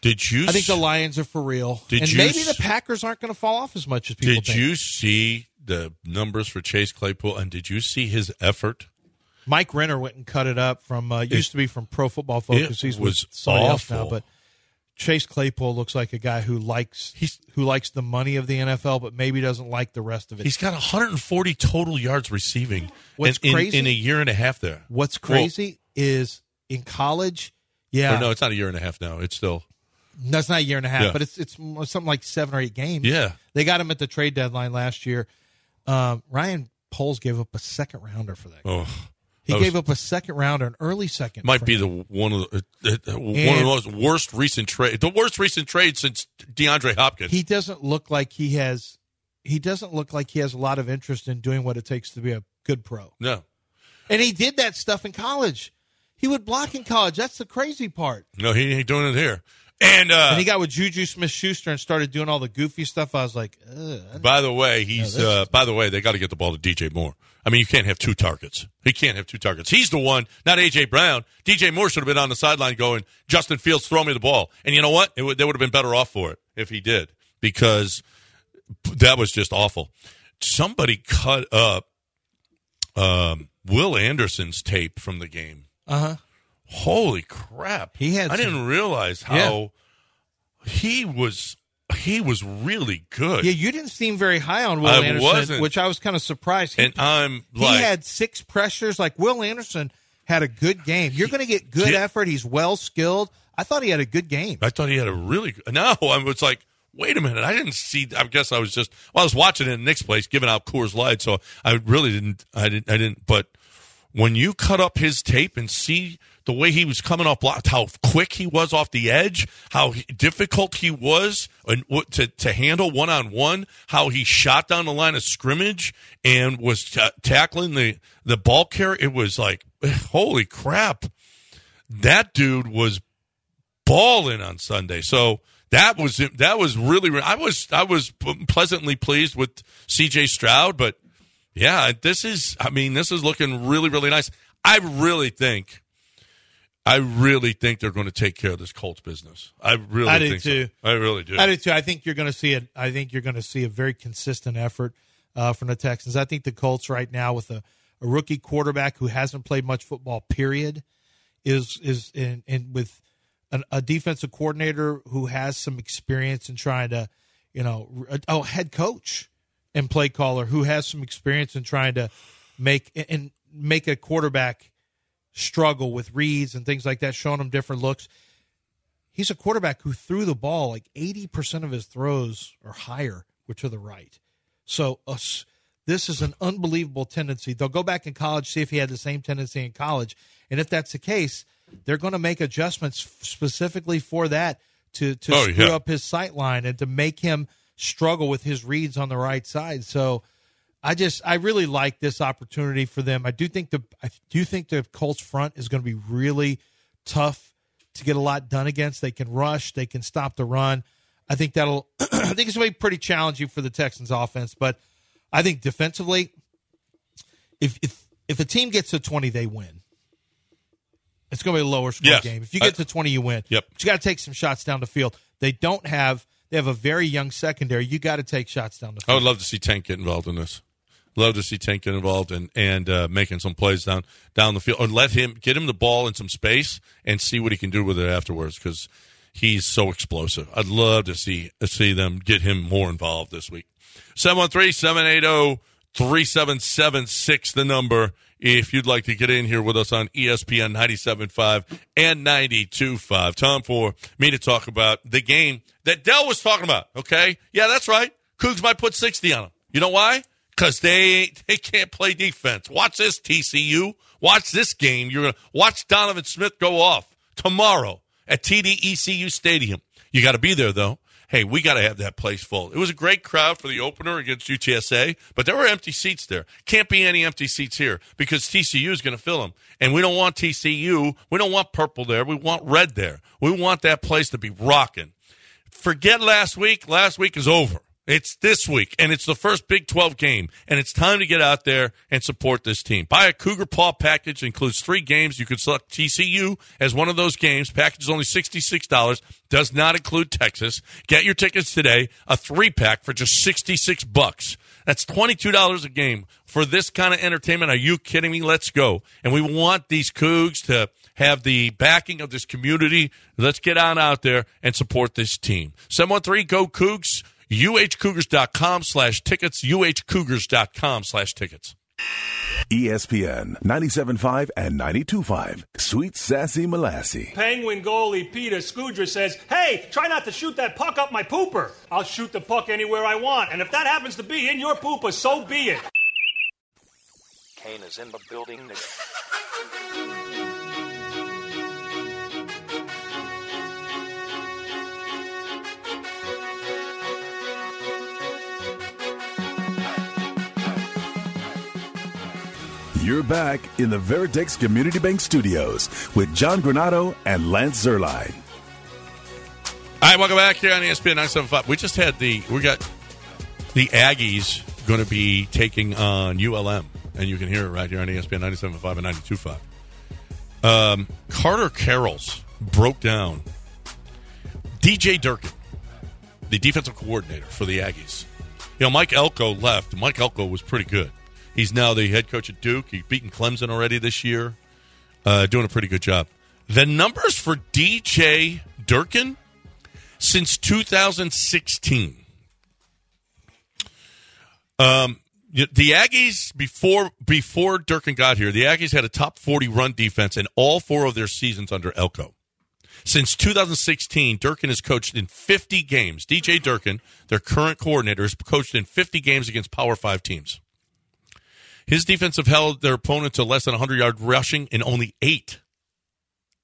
[SPEAKER 2] Did you?
[SPEAKER 9] I think the Lions are for real.
[SPEAKER 2] Did
[SPEAKER 9] and
[SPEAKER 2] you
[SPEAKER 9] maybe the
[SPEAKER 2] s-
[SPEAKER 9] Packers aren't going to fall off as much as people
[SPEAKER 2] Did
[SPEAKER 9] think.
[SPEAKER 2] you see the numbers for Chase Claypool and did you see his effort?
[SPEAKER 9] Mike Renner went and cut it up from uh, used to be from Pro Football Focus.
[SPEAKER 2] it
[SPEAKER 9] He's
[SPEAKER 2] was
[SPEAKER 9] with somebody else now,
[SPEAKER 2] awful.
[SPEAKER 9] but Chase Claypool looks like a guy who likes
[SPEAKER 2] He's-
[SPEAKER 9] who likes the money of the NFL, but maybe doesn't like the rest of it.
[SPEAKER 2] He's got 140 total yards receiving
[SPEAKER 9] What's
[SPEAKER 2] in, in-
[SPEAKER 9] crazy-
[SPEAKER 2] in a year and a half there.
[SPEAKER 9] What's
[SPEAKER 2] Well,
[SPEAKER 9] crazy is in college.
[SPEAKER 2] or
[SPEAKER 9] Yeah,
[SPEAKER 2] no, it's not a year and a half now. It's still
[SPEAKER 9] that's not a year and a half,
[SPEAKER 2] Yeah.
[SPEAKER 9] but it's it's something like seven or eight games.
[SPEAKER 2] Yeah.
[SPEAKER 9] they got him at the trade deadline last year. Um, Ryan Poles gave up a second rounder for that.
[SPEAKER 2] oh,
[SPEAKER 9] He
[SPEAKER 2] That was-
[SPEAKER 9] gave up a second rounder, an early second.
[SPEAKER 2] might
[SPEAKER 9] for
[SPEAKER 2] be
[SPEAKER 9] him.
[SPEAKER 2] the one of the uh, uh, one of the most worst recent trade. The worst recent trade since DeAndre Hopkins.
[SPEAKER 9] He doesn't look like he has. He doesn't look like he has a lot of interest in doing what it takes to be a good pro.
[SPEAKER 2] no.
[SPEAKER 9] And he did that stuff in college. He would block in college. That's the crazy part.
[SPEAKER 2] No, he ain't doing it here. And uh,
[SPEAKER 9] and he got with Juju Smith Schuster and started doing all the goofy stuff. I was like, uh. Ugh, I
[SPEAKER 2] By the way, he's.
[SPEAKER 9] No, this
[SPEAKER 2] uh, by the way, they got to get the ball to DJ Moore. I mean, you can't have two targets. He can't have two targets. He's the one, not AJ Brown. DJ Moore should have been on the sideline going, Justin Fields, throw me the ball. And you know what? It would they would have been better off for it if he did because that was just awful. Somebody cut up um, Will Anderson's tape from the game.
[SPEAKER 9] uh huh.
[SPEAKER 2] Holy crap!
[SPEAKER 9] He had
[SPEAKER 2] I
[SPEAKER 9] some-
[SPEAKER 2] didn't realize how he was. He was really good.
[SPEAKER 9] Yeah, you didn't seem very high on Will
[SPEAKER 2] I
[SPEAKER 9] Anderson,
[SPEAKER 2] wasn't.
[SPEAKER 9] which I was kind of surprised. He,
[SPEAKER 2] and I'm
[SPEAKER 9] he
[SPEAKER 2] like,
[SPEAKER 9] had six pressures. Like Will Anderson had a good game. You're going to get good
[SPEAKER 2] Yeah.
[SPEAKER 9] effort. He's well skilled. I thought he had a good game.
[SPEAKER 2] I thought he had a really good. No, I was like, wait a minute. I didn't see. I guess I was just. Well, I was watching it in Nick's place, giving out Coors Light, so I really didn't. I didn't. I didn't. But when you cut up his tape and see the way he was coming off blocked, how quick he was off the edge, how he- difficult he was and what to to handle one on one, how he shot down the line of scrimmage and was ta tackling the the ball carrier. It was like, eh, holy crap. That dude was balling on Sunday. So that was that was really I was I was pleasantly pleased with C.J. Stroud, but yeah, this is I mean this is looking really really nice. I really think. I really think they're going to take care of this Colts business. I really
[SPEAKER 9] I do
[SPEAKER 2] think
[SPEAKER 9] too.
[SPEAKER 2] So. I really do.
[SPEAKER 9] I do too. I think you're going to see it. I think you're going to see a very consistent effort uh, from the Texans. I think the Colts right now with a, a rookie quarterback who hasn't played much football, period, is is in, in with an, a defensive coordinator who has some experience in trying to, you know, r- oh, head coach and play caller who has some experience in trying to make and make a quarterback struggle with reads and things like that, showing him different looks he's a quarterback who threw the ball like 80% of his throws are higher were to the right. So us, this is an unbelievable tendency. They'll go back in college, see if he had the same tendency in college. And if that's the case, they're going to make adjustments f- specifically for that to, to
[SPEAKER 2] Oh,
[SPEAKER 9] screw
[SPEAKER 2] yeah.
[SPEAKER 9] up his sight line and to make him struggle with his reads on the right side. So I just I really like this opportunity for them. I do think the I do think the Colts front is going to be really tough to get a lot done against. They can rush, they can stop the run. I think that'll I think it's going to be pretty challenging for the Texans offense, but I think defensively if if if a team gets to 20 they win. It's going to be a lower score
[SPEAKER 2] Yes.
[SPEAKER 9] game. If you get to 20 you win.
[SPEAKER 2] Yep.
[SPEAKER 9] But you got to take some shots down the field. They don't have they have a very young secondary. You got to take shots down the field.
[SPEAKER 2] I would love to see Tank get involved in this. Love to see Tank get involved and and uh, making some plays down down the field, or let him get him the ball in some space and see what he can do with it afterwards because he's so explosive. I'd love to see uh, see them get him more involved this week. oh, 713-780-3776 the number if you'd like to get in here with us on E ESPN 97.5 and 92.5. Time for me to talk about the game that Dell was talking about, okay? Yeah, that's right. Cougs might put 60 on them. You know why? Because they they can't play defense. Watch this, TCU. Watch this game. You're going to watch Donovan Smith go off tomorrow at TDECU Stadium. You got to be there, though. Hey, we got to have that place full. It was a great crowd for the opener against UTSA, but there were empty seats there. Can't be any empty seats here because TCU is going to fill them. And we don't want TCU. We don't want purple there. We want red there. We want that place to be rocking. Forget last week. Last week is over. It's this week, and it's the first Big 12 game, and it's time to get out there and support this team. Buy a Cougar Paw package. It includes three games. You can select TCU as one of those games. Package is only $66. Does not include Texas. Get your tickets today. A three-pack for just 66 bucks. That's $22 a game for this kind of entertainment. Are you kidding me? Let's go. And we want these Cougs to have the backing of this community. Let's get on out there and support this team. 713 Go Cougs, uhcougars.com slash tickets, uhcougars.com slash tickets.
[SPEAKER 7] E
[SPEAKER 3] ESPN 97.5 and 92.5. Sweet Sassy Molassie.
[SPEAKER 11] Penguin goalie Peter Scudra says, Hey, try not to shoot that puck up my pooper. I'll shoot the puck anywhere I want, and if that happens to be in your pooper, so be it.
[SPEAKER 12] Kane is in the building.
[SPEAKER 3] You're back in the Veritex Community Bank Studios with John Granado and Lance Zerline.
[SPEAKER 2] All right, welcome back here on E ESPN 975. We just had the we got the Aggies going to be taking on ULM, and you can hear it right here on E ESPN 975 and 925. Um, Carter Carroll's broke down DJ Durkin, the defensive coordinator for the Aggies. You know, Mike Elko left. Mike Elko was pretty good. He's now the head coach at Duke. He's beaten Clemson already this year, uh, doing a pretty good job. The numbers for DJ Durkin since 2016. Um, y- the Aggies before before Durkin got here, the Aggies had a top 40 run defense in all four of their seasons under Elko. Since 2016, Durkin has coached in 50 games. DJ Durkin, their current coordinator, has coached in 50 games against Power 5 teams. His defense have held their opponent to less than 100 yard rushing in only 8.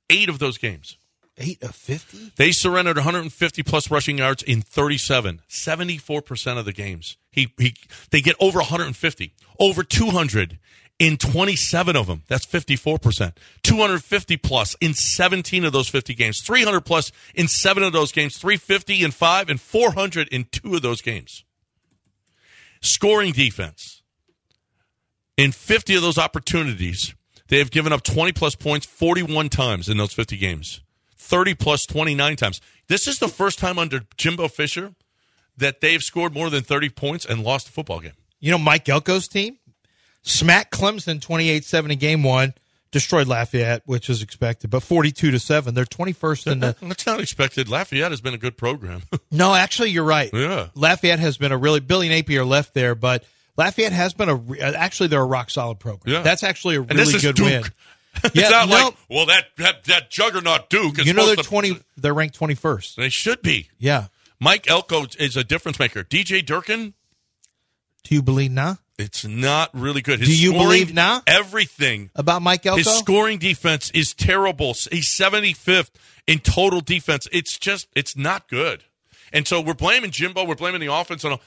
[SPEAKER 2] 8 of those games.
[SPEAKER 9] Eight of fifty.
[SPEAKER 2] They surrendered 150 plus rushing yards in 37, 74% of the games. He, he they get over 150, over 200 in 27 of them. That's 54%. 250 plus in 17 of those 50 games. 300 plus in 7 of those games. 350 in 5 and 400 in 2 of those games. Scoring defense. In 50 of those opportunities, they have given up 20 plus points 41 times in those 50 games. 30 plus 29 times. This is the first time under Jimbo Fisher that they've scored more than 30 points and lost a football game.
[SPEAKER 9] You know Mike Elko's team smacked Clemson 28-7 in game 1, destroyed Lafayette, which is expected, but 42 to 7. They're 21st in the
[SPEAKER 2] That's not expected. Lafayette has been a good program.
[SPEAKER 9] No, actually you're right.
[SPEAKER 2] Yeah.
[SPEAKER 9] Lafayette has been a really Billy Napier left there, but Lafayette has been a re- uh, actually they're a rock solid program.
[SPEAKER 2] Yeah.
[SPEAKER 9] That's actually a really
[SPEAKER 2] And this is
[SPEAKER 9] good
[SPEAKER 2] Duke.
[SPEAKER 9] win.
[SPEAKER 2] it's not
[SPEAKER 9] no,
[SPEAKER 2] like, well, that, that, that juggernaut Duke is
[SPEAKER 9] you know they're
[SPEAKER 2] supposed to-
[SPEAKER 9] 20 they're ranked 21st.
[SPEAKER 2] They should be.
[SPEAKER 9] Yeah.
[SPEAKER 2] Mike Elko is a difference maker. DJ Durkin,
[SPEAKER 9] Do you believe nah
[SPEAKER 2] it's not really good.
[SPEAKER 9] Do you
[SPEAKER 2] scoring,
[SPEAKER 9] believe now?
[SPEAKER 2] Everything.
[SPEAKER 9] about Mike Elko?
[SPEAKER 2] His scoring defense is terrible. He's 75th in total defense. It's just, it's not good. And so we're blaming Jimbo. We're blaming the offense. On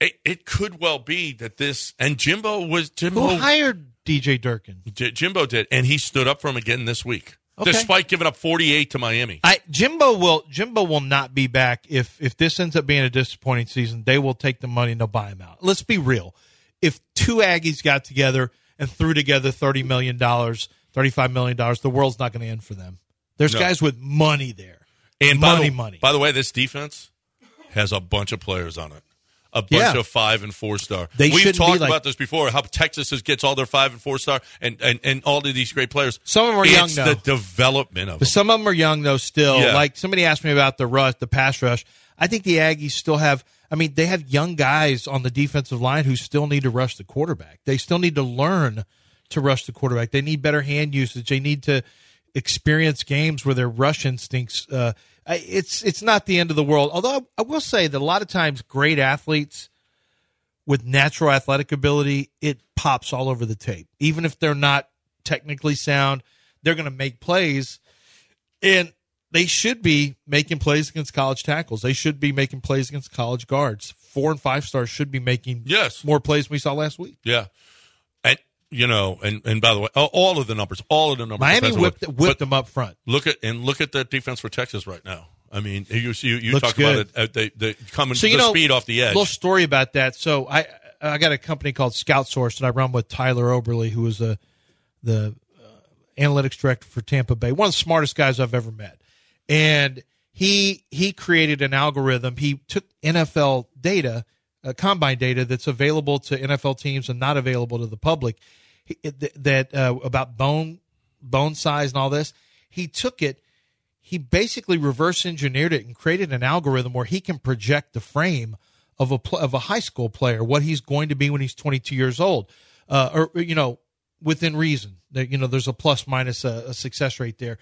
[SPEAKER 2] it, it could well be that this and Jimbo was
[SPEAKER 9] Who
[SPEAKER 2] Jimbo.
[SPEAKER 9] hired DJ Durkin?
[SPEAKER 2] J- Jimbo did, and he stood up for him again this week,
[SPEAKER 9] Okay.
[SPEAKER 2] despite giving up 48 to Miami.
[SPEAKER 9] I Jimbo will Jimbo will not be back if if this ends up being a disappointing season. They will take the money and they'll buy him out. Let's be real. If two Aggies got together and threw together thirty million dollars, thirty five million dollars, the world's not going to end for them. There's
[SPEAKER 2] No.
[SPEAKER 9] guys with money there
[SPEAKER 2] And by
[SPEAKER 9] money,
[SPEAKER 2] the,
[SPEAKER 9] money.
[SPEAKER 2] By the way, this defense has a bunch of players on it. A bunch
[SPEAKER 9] Yeah.
[SPEAKER 2] of five and four star.
[SPEAKER 9] They
[SPEAKER 2] We've
[SPEAKER 9] shouldn't be
[SPEAKER 2] talked
[SPEAKER 9] like-
[SPEAKER 2] about this before. How Texas is, gets all their five and four star, and, and, and all of these great players.
[SPEAKER 9] Some of them are young,
[SPEAKER 2] It's
[SPEAKER 9] though.
[SPEAKER 2] the development of
[SPEAKER 9] But some of them are young though. Still,
[SPEAKER 2] Yeah.
[SPEAKER 9] like somebody asked me about the rush, the pass rush. I think the Aggies still have. I mean, they have young guys on the defensive line who still need to rush the quarterback. They still need to learn to rush the quarterback. They need better hand usage. They need to experience games where their rush instincts. Uh, I- it's it's not the end of the world. Although I, I will say that a lot of times great athletes with natural athletic ability, it pops all over the tape. Even if they're not technically sound, they're going to make plays and they should be making plays against college tackles. They should be making plays against college guards. Four and five stars should be making
[SPEAKER 2] Yes.
[SPEAKER 9] more plays than we saw last week.
[SPEAKER 2] Yeah, and you know, and and by the way, all- all of the numbers, all of the numbers.
[SPEAKER 9] Miami
[SPEAKER 2] defensively.
[SPEAKER 9] whipped whipped
[SPEAKER 2] But
[SPEAKER 9] them up front.
[SPEAKER 2] Look at and look at the defense for Texas right now. I mean, you you, you
[SPEAKER 9] Looks
[SPEAKER 2] talk
[SPEAKER 9] good.
[SPEAKER 2] about it. Uh, they they coming
[SPEAKER 9] So you
[SPEAKER 2] the
[SPEAKER 9] know,
[SPEAKER 2] speed off the edge.
[SPEAKER 9] Little story about that. So I I got a company called Scout Source, and I run with Tyler Oberly, who is a the uh, analytics director for Tampa Bay, one of the smartest guys I've ever met. And he he created an algorithm. He took NFL data, uh, combine data that's available to NFL teams and not available to the public, he, th- that uh, about bone bone size and all this. He took it he basically reverse engineered it and created an algorithm where he can project the frame of a pl- of a high school player, what he's going to be when he's 22 years old, uh, or or, you know, within reason. There, you know, there's a plus minus uh, a, a success rate there.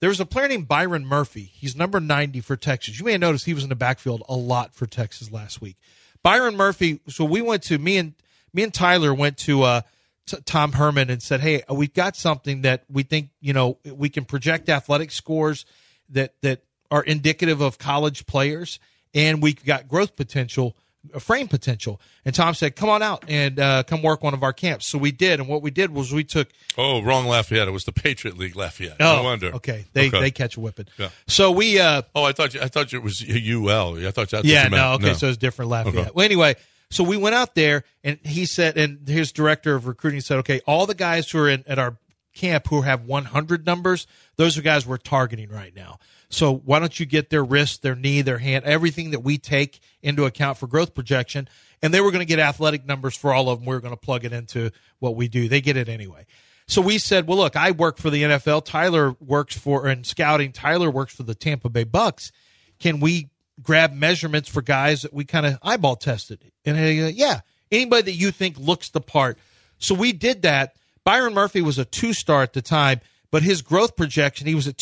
[SPEAKER 9] There was a player named Byron Murphy. He's number 90 for Texas. You may have noticed he was in the backfield a lot for Texas last week. Byron Murphy. So we went to me and me and Tyler went to uh, t- Tom Herman and said, "Hey, we've got something that we think you know we can project athletic scores that that are indicative of college players, and we've got growth potential uh, frame potential. And Tom said, "Come on out and uh, come work one of our camps." So we did, and what we did was we took.
[SPEAKER 2] Oh, wrong Lafayette. It was the Patriot League Lafayette.
[SPEAKER 9] Oh,
[SPEAKER 2] no wonder.
[SPEAKER 9] okay. They- they catch a whipping.
[SPEAKER 2] Yeah.
[SPEAKER 9] So we. Uh,
[SPEAKER 2] oh, I thought you, I thought you- it was UL. I thought that's
[SPEAKER 9] yeah,
[SPEAKER 2] What you
[SPEAKER 9] no,
[SPEAKER 2] meant.
[SPEAKER 9] okay, so it's different Lafayette.
[SPEAKER 2] Okay.
[SPEAKER 9] Well, anyway, so we went out there, and he said, and his director of recruiting said, okay, all the guys who are in at our camp who have 100 numbers, those are guys we're targeting right now. So why don't you get their wrist, their knee, their hand, everything that we take into account for growth projection? And they were going to get athletic numbers for all of them. We were going to plug it into what we do. They get it anyway. So we said, well, look, I work for the NFL. Tyler works for, and scouting, Tyler works for the Tampa Bay Bucks can we grab measurements for guys that we kind of eyeball tested? And he goes, yeah, anybody that you think looks the part. So we did that. Byron Murphy was a two star at the time, but his growth projection, he was at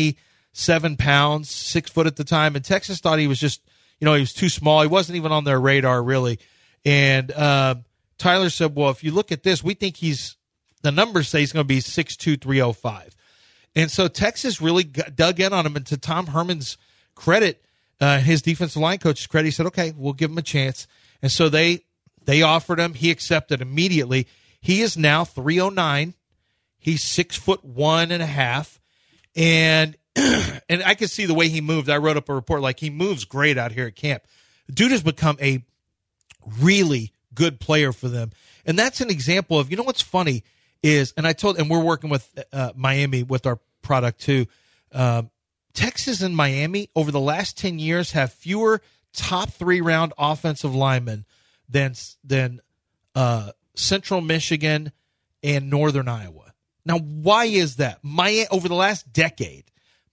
[SPEAKER 9] 277 pounds, six foot at the time. And Texas thought he was just, you know, he was too small. He wasn't even on their radar, really. And um, Tyler said, well, if you look at this, we think he's, the numbers say he's going to be 6'2, 305. And so Texas really got, dug in on him. And to Tom Herman's credit, uh, his defensive line coach's credit, he said, "Okay, we'll give him a chance." And so they they offered him. He accepted immediately. He is now three oh nine. He's six foot one and a half, and and I could see the way he moved. I wrote up a report like he moves great out here at camp. Dude has become a really good player for them. And that's an example of, you know, what's funny is, and I told, and we're working with uh, Miami with our product too. Um, Texas and Miami over the last 10 years have fewer top three round offensive linemen than, than uh, Central Michigan and Northern Iowa. Now, why is that? Miami, over the last decade,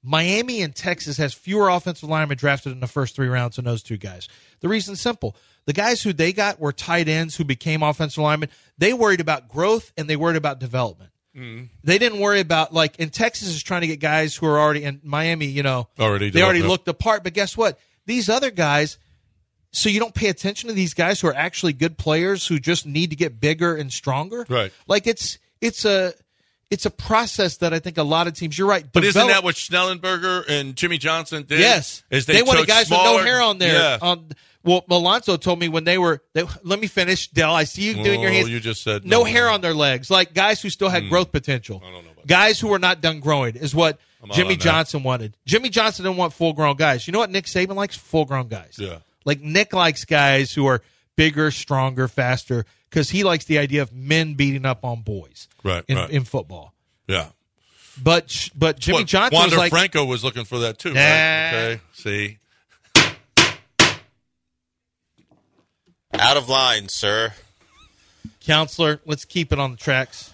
[SPEAKER 9] Miami and Texas has fewer offensive linemen drafted in the first three rounds than those two guys. The reason's simple. The guys who they got were tight ends who became offensive linemen. They worried about growth and they worried about development.
[SPEAKER 2] Mm-hmm.
[SPEAKER 9] They didn't worry about like and Texas is trying to get guys who are already in Miami, you know,
[SPEAKER 2] Already
[SPEAKER 9] they already
[SPEAKER 2] developed.
[SPEAKER 9] looked apart. But guess what? These other guys, so you don't pay attention to these guys who are actually good players who just need to get bigger and stronger.
[SPEAKER 2] Right.
[SPEAKER 9] Like it's it's a it's a process that I think a lot of teams. You're right,
[SPEAKER 2] But isn't
[SPEAKER 9] develop-
[SPEAKER 2] that what Schnellenberger and Jimmy Johnson did?
[SPEAKER 9] Yes,
[SPEAKER 2] is
[SPEAKER 9] they, wanted
[SPEAKER 2] took
[SPEAKER 9] guys
[SPEAKER 2] smaller,
[SPEAKER 9] with no hair on there.
[SPEAKER 2] Yeah.
[SPEAKER 9] Um, well, Alonso told me when they were. They, let me finish, Dell. I see you doing your
[SPEAKER 2] Oh,
[SPEAKER 9] hands.
[SPEAKER 2] you just said
[SPEAKER 9] no,
[SPEAKER 2] no. Hmm.
[SPEAKER 9] hair on their legs, like guys who still had growth potential. I don't know guys who were not done growing is what
[SPEAKER 2] out
[SPEAKER 9] Jimmy
[SPEAKER 2] on that.
[SPEAKER 9] Johnson wanted. Jimmy Johnson didn't want full grown guys. You know what Nick Saban likes? Full grown guys.
[SPEAKER 2] Yeah.
[SPEAKER 9] Like Nick likes guys who are bigger, stronger, faster because he likes the idea of men beating up on boys
[SPEAKER 2] Right,
[SPEAKER 9] in,
[SPEAKER 2] right.
[SPEAKER 9] in football.
[SPEAKER 2] yeah.
[SPEAKER 9] But but Jimmy
[SPEAKER 2] What,
[SPEAKER 9] Johnson
[SPEAKER 2] Wander
[SPEAKER 9] was like
[SPEAKER 2] Franco was looking for that too. right?
[SPEAKER 9] Nah.
[SPEAKER 2] Okay. See,
[SPEAKER 5] Out of line, sir.
[SPEAKER 9] counselor. Let's keep it on the tracks.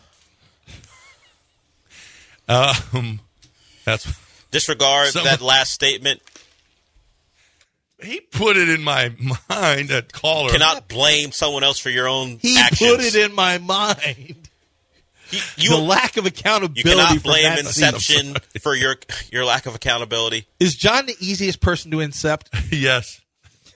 [SPEAKER 2] um, that's
[SPEAKER 5] Disregard
[SPEAKER 2] Some-
[SPEAKER 5] that last statement.
[SPEAKER 2] he put it in my mind. That caller
[SPEAKER 5] Cannot blame someone else for your own
[SPEAKER 9] He
[SPEAKER 5] actions.
[SPEAKER 9] put it in my mind.
[SPEAKER 5] you,
[SPEAKER 9] the lack of accountability
[SPEAKER 5] you cannot
[SPEAKER 9] for
[SPEAKER 5] blame
[SPEAKER 9] Matt Seed.
[SPEAKER 5] Inception for your your lack of accountability.
[SPEAKER 9] Is John the easiest person to incept?
[SPEAKER 2] yes,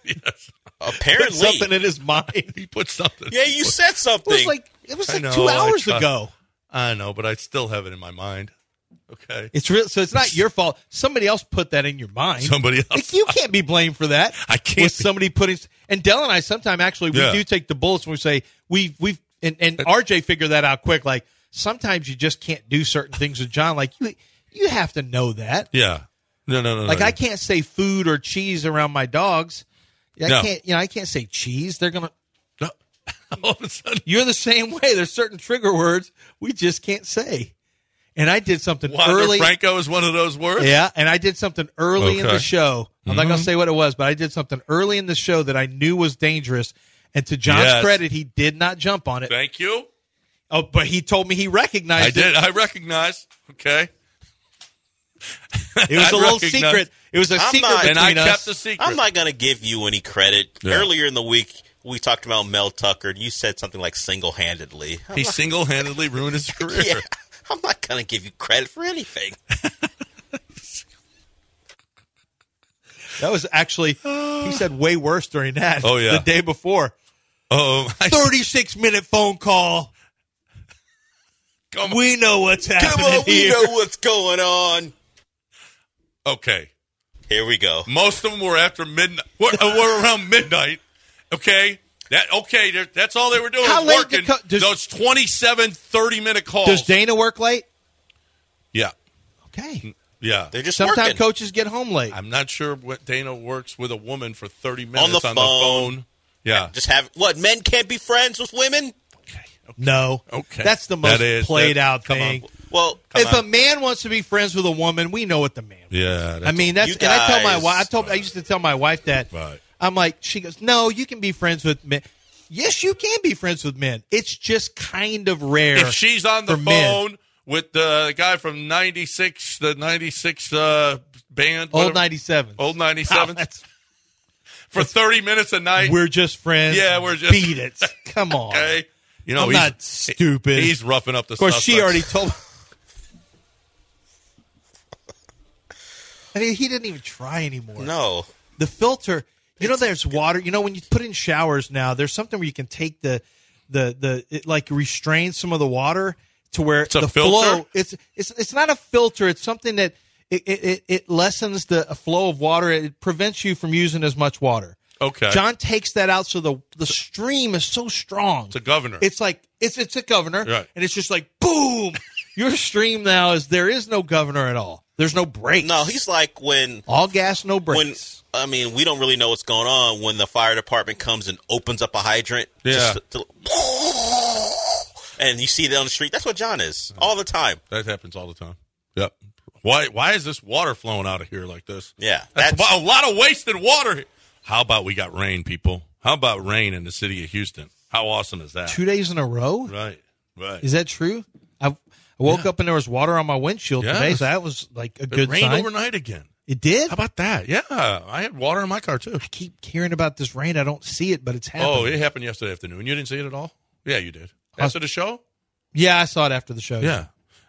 [SPEAKER 2] yes.
[SPEAKER 9] Put
[SPEAKER 5] Apparently,
[SPEAKER 9] something in his mind.
[SPEAKER 2] He put something.
[SPEAKER 5] yeah, you said
[SPEAKER 9] It was
[SPEAKER 5] something.
[SPEAKER 9] like it was
[SPEAKER 2] I
[SPEAKER 9] like
[SPEAKER 2] know,
[SPEAKER 9] two
[SPEAKER 2] I
[SPEAKER 9] hours
[SPEAKER 2] try.
[SPEAKER 9] ago.
[SPEAKER 2] I know, but I still have it in my mind. Okay.
[SPEAKER 9] It's real, so it's not your fault. Somebody else put that in your mind.
[SPEAKER 2] Somebody else.
[SPEAKER 9] Like, you can't be blamed for that.
[SPEAKER 2] I can't
[SPEAKER 9] With
[SPEAKER 2] be.
[SPEAKER 9] somebody putting and Dell and I sometimes actually we
[SPEAKER 2] Yeah.
[SPEAKER 9] do take the bullets when we say we we've and, and RJ figured that out quick. Like sometimes you just can't do certain things with John. Like you you have to know that.
[SPEAKER 2] Yeah. No, no, no. no,
[SPEAKER 9] Like
[SPEAKER 2] no.
[SPEAKER 9] I can't say food or cheese around my dogs. I
[SPEAKER 2] No.
[SPEAKER 9] can't. You know, I can't say cheese. They're gonna.
[SPEAKER 2] All of a sudden,
[SPEAKER 9] You're the same way. There's certain trigger words we just can't say. And I did something
[SPEAKER 2] Wander
[SPEAKER 9] early.
[SPEAKER 2] Franco is one of those words.
[SPEAKER 9] Yeah, and I did something early in
[SPEAKER 2] Okay. Mm-hmm.
[SPEAKER 9] the show. I'm not gonna say what it was, but I did something early in the show that I knew was dangerous. And to John's
[SPEAKER 2] Yes.
[SPEAKER 9] credit, he did not jump on it.
[SPEAKER 2] Thank you.
[SPEAKER 9] Oh, but he told me he recognized
[SPEAKER 2] I did.
[SPEAKER 9] it.
[SPEAKER 2] I recognize. Okay.
[SPEAKER 9] It was
[SPEAKER 2] I
[SPEAKER 9] a little
[SPEAKER 2] recognize-
[SPEAKER 9] secret. It was a
[SPEAKER 5] I'm
[SPEAKER 9] secret
[SPEAKER 5] not-
[SPEAKER 9] between
[SPEAKER 2] And I
[SPEAKER 9] us.
[SPEAKER 2] kept the secret.
[SPEAKER 5] I'm not going to give you any credit. Earlier in the week, we talked about Mel Tucker, and you said something like single handedly.
[SPEAKER 2] he single handedly ruined his career.
[SPEAKER 5] Yeah, I'm not going to give you credit for anything.
[SPEAKER 9] That was actually he said way worse during that.
[SPEAKER 2] Oh, yeah.
[SPEAKER 9] the day before.
[SPEAKER 2] Oh, I,
[SPEAKER 9] 36 minute phone call.
[SPEAKER 2] Come on.
[SPEAKER 9] We know what's happening
[SPEAKER 5] Come on, we
[SPEAKER 9] here.
[SPEAKER 5] know what's going on.
[SPEAKER 2] okay.
[SPEAKER 5] Here we go.
[SPEAKER 2] Most of them were after midnight. Were, uh, were around midnight, Okay. That okay. there- That's all they were doing.
[SPEAKER 9] How
[SPEAKER 2] was
[SPEAKER 9] late
[SPEAKER 2] working
[SPEAKER 9] did co- does-
[SPEAKER 2] those 27, 30 minute calls.
[SPEAKER 9] Does Dana work late?
[SPEAKER 2] yeah.
[SPEAKER 9] Okay.
[SPEAKER 2] Yeah. They're just
[SPEAKER 9] Sometimes coaches get home late.
[SPEAKER 2] I'm not sure what Dana works with a woman for 30 minutes on
[SPEAKER 5] the
[SPEAKER 2] the, phone.
[SPEAKER 5] phone.
[SPEAKER 2] Yeah.
[SPEAKER 5] Just have what men can't be friends with women.
[SPEAKER 9] No.
[SPEAKER 2] Okay.
[SPEAKER 9] That's the most
[SPEAKER 2] That is-
[SPEAKER 9] played
[SPEAKER 2] that-
[SPEAKER 9] out
[SPEAKER 2] come on.
[SPEAKER 9] thing.
[SPEAKER 5] Well,
[SPEAKER 9] if
[SPEAKER 2] come
[SPEAKER 9] a man wants to be friends with a woman, we know what the man.
[SPEAKER 2] Yeah.
[SPEAKER 9] I mean, that's. and I tell my
[SPEAKER 2] guys-
[SPEAKER 9] wife. I told. I used to tell my wife that.
[SPEAKER 2] Right.
[SPEAKER 9] I'm like, she goes, no, you can be friends with men. Yes, you can be friends with men. It's just kind of rare.
[SPEAKER 2] if she's on the
[SPEAKER 9] for men.
[SPEAKER 2] phone with the guy from 96, the 96 uh, band.
[SPEAKER 9] old
[SPEAKER 2] whatever-
[SPEAKER 9] '97,
[SPEAKER 2] Old 97. for 30 minutes a night.
[SPEAKER 9] we're just friends.
[SPEAKER 2] Yeah, we're just-
[SPEAKER 9] beat it. Come on.
[SPEAKER 2] okay. You know,
[SPEAKER 9] I'm
[SPEAKER 2] he's
[SPEAKER 9] not stupid.
[SPEAKER 2] He's roughing up the
[SPEAKER 9] Of course,
[SPEAKER 2] stuff,
[SPEAKER 9] she
[SPEAKER 2] but-
[SPEAKER 9] already told. I mean, he didn't even try anymore.
[SPEAKER 5] No.
[SPEAKER 9] The filter, you know, there's water. You know, when you put in showers now, there's something where you can take the, the, the, it like restrains some of the water to where
[SPEAKER 2] a
[SPEAKER 9] the
[SPEAKER 2] filter?
[SPEAKER 9] flow. It's, it's, it's not a filter. It's something that it, it, it, it lessens the flow of water. It prevents you from using as much water.
[SPEAKER 2] Okay.
[SPEAKER 9] John takes that out so the the stream is so strong. It's
[SPEAKER 2] a governor.
[SPEAKER 9] It's like it's it's a governor,
[SPEAKER 2] Right.
[SPEAKER 9] and it's just like boom. Your stream now is there is no governor at all. There's no break.
[SPEAKER 5] No, he's like when
[SPEAKER 9] all gas, no break.
[SPEAKER 5] when I mean we don't really know what's going on when the fire department comes and opens up a hydrant.
[SPEAKER 2] Yeah.
[SPEAKER 5] Just to, and you see it on the street. That's what John is all the time.
[SPEAKER 2] That happens all the time. Yep. Why why is this water flowing out of here like this?
[SPEAKER 5] Yeah,
[SPEAKER 2] That's,
[SPEAKER 5] that's-
[SPEAKER 2] a lot of wasted water. here. How about we got rain, people? How about rain in the city of Houston? How awesome is that?
[SPEAKER 9] Two days in a row.
[SPEAKER 2] Right. Right.
[SPEAKER 9] Is that true? I, I woke up and there was water on my windshield
[SPEAKER 2] Yes.
[SPEAKER 9] today, so that was like a
[SPEAKER 2] It
[SPEAKER 9] good
[SPEAKER 2] rained
[SPEAKER 9] sign.
[SPEAKER 2] overnight again.
[SPEAKER 9] It did.
[SPEAKER 2] How about that? Yeah. I had water in my car too.
[SPEAKER 9] I keep hearing about this rain. I don't see it, but it's happening.
[SPEAKER 2] Oh, it happened yesterday afternoon. You didn't see it at all? Yeah, you did. After the show?
[SPEAKER 9] yeah, I saw it after the show.
[SPEAKER 2] Yeah.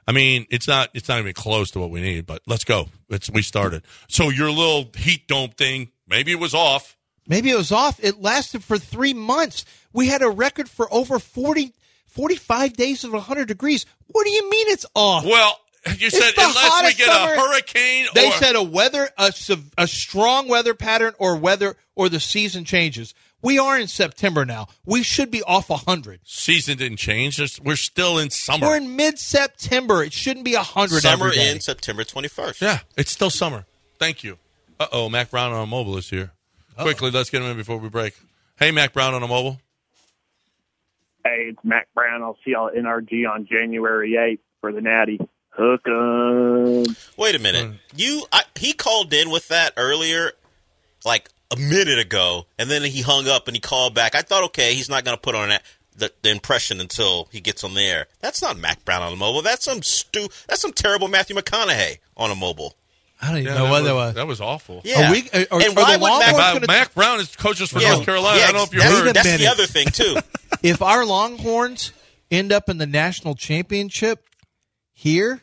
[SPEAKER 2] I mean, it's not it's not even close to what we need, but let's go. It's we started. So your little heat dome thing, maybe it was off.
[SPEAKER 9] Maybe it was off. It lasted for three months. We had a record for over 40, 45 days of 100 degrees. What do you mean it's off?
[SPEAKER 2] Well, you
[SPEAKER 9] It's
[SPEAKER 2] said
[SPEAKER 9] the
[SPEAKER 2] unless we
[SPEAKER 9] hottest
[SPEAKER 2] get
[SPEAKER 9] summer-
[SPEAKER 2] a hurricane
[SPEAKER 9] They
[SPEAKER 2] or
[SPEAKER 9] said a weather, a, sev- a strong weather pattern or weather or the season changes. We are in September now. We should be off 100.
[SPEAKER 2] season didn't change. Just- We're still in summer.
[SPEAKER 9] We're in mid September. It shouldn't be 100
[SPEAKER 5] Summer
[SPEAKER 9] every day.
[SPEAKER 5] in September twenty first.
[SPEAKER 2] yeah, it's still summer. Thank you. Uh oh, Mac Brown on a mobile is here. Quickly, let's get him in before we break. Hey, Mac Brown on a mobile.
[SPEAKER 13] Hey, it's Mac Brown. I'll see y'all at NRG on January 8th for the Natty. Hook 'em.
[SPEAKER 5] Wait a minute. You I, he called in with that earlier, like a minute ago, and then he hung up and he called back. I thought, okay, he's not going to put on that. The, the impression until he gets on the air. That's not Mac Brown on the mobile. That's some stu. That's some terrible Matthew McConaughey on a mobile.
[SPEAKER 9] I don't even
[SPEAKER 2] Yeah,
[SPEAKER 9] know
[SPEAKER 2] that
[SPEAKER 9] what
[SPEAKER 2] was-
[SPEAKER 9] that was.
[SPEAKER 2] That was awful.
[SPEAKER 5] Yeah.
[SPEAKER 9] Are we,
[SPEAKER 2] uh,
[SPEAKER 9] are, are,
[SPEAKER 5] And
[SPEAKER 9] are
[SPEAKER 5] why
[SPEAKER 9] the
[SPEAKER 5] would
[SPEAKER 9] Longhorns
[SPEAKER 5] Mac-
[SPEAKER 9] going to
[SPEAKER 2] Mac, Mac Brown is coaches for
[SPEAKER 5] Yeah.
[SPEAKER 2] North Carolina. I
[SPEAKER 5] Yeah,
[SPEAKER 2] don't know if you
[SPEAKER 5] that's-
[SPEAKER 2] heard.
[SPEAKER 5] That's the
[SPEAKER 9] minute.
[SPEAKER 5] other thing too.
[SPEAKER 9] if our Longhorns end up in the national championship here,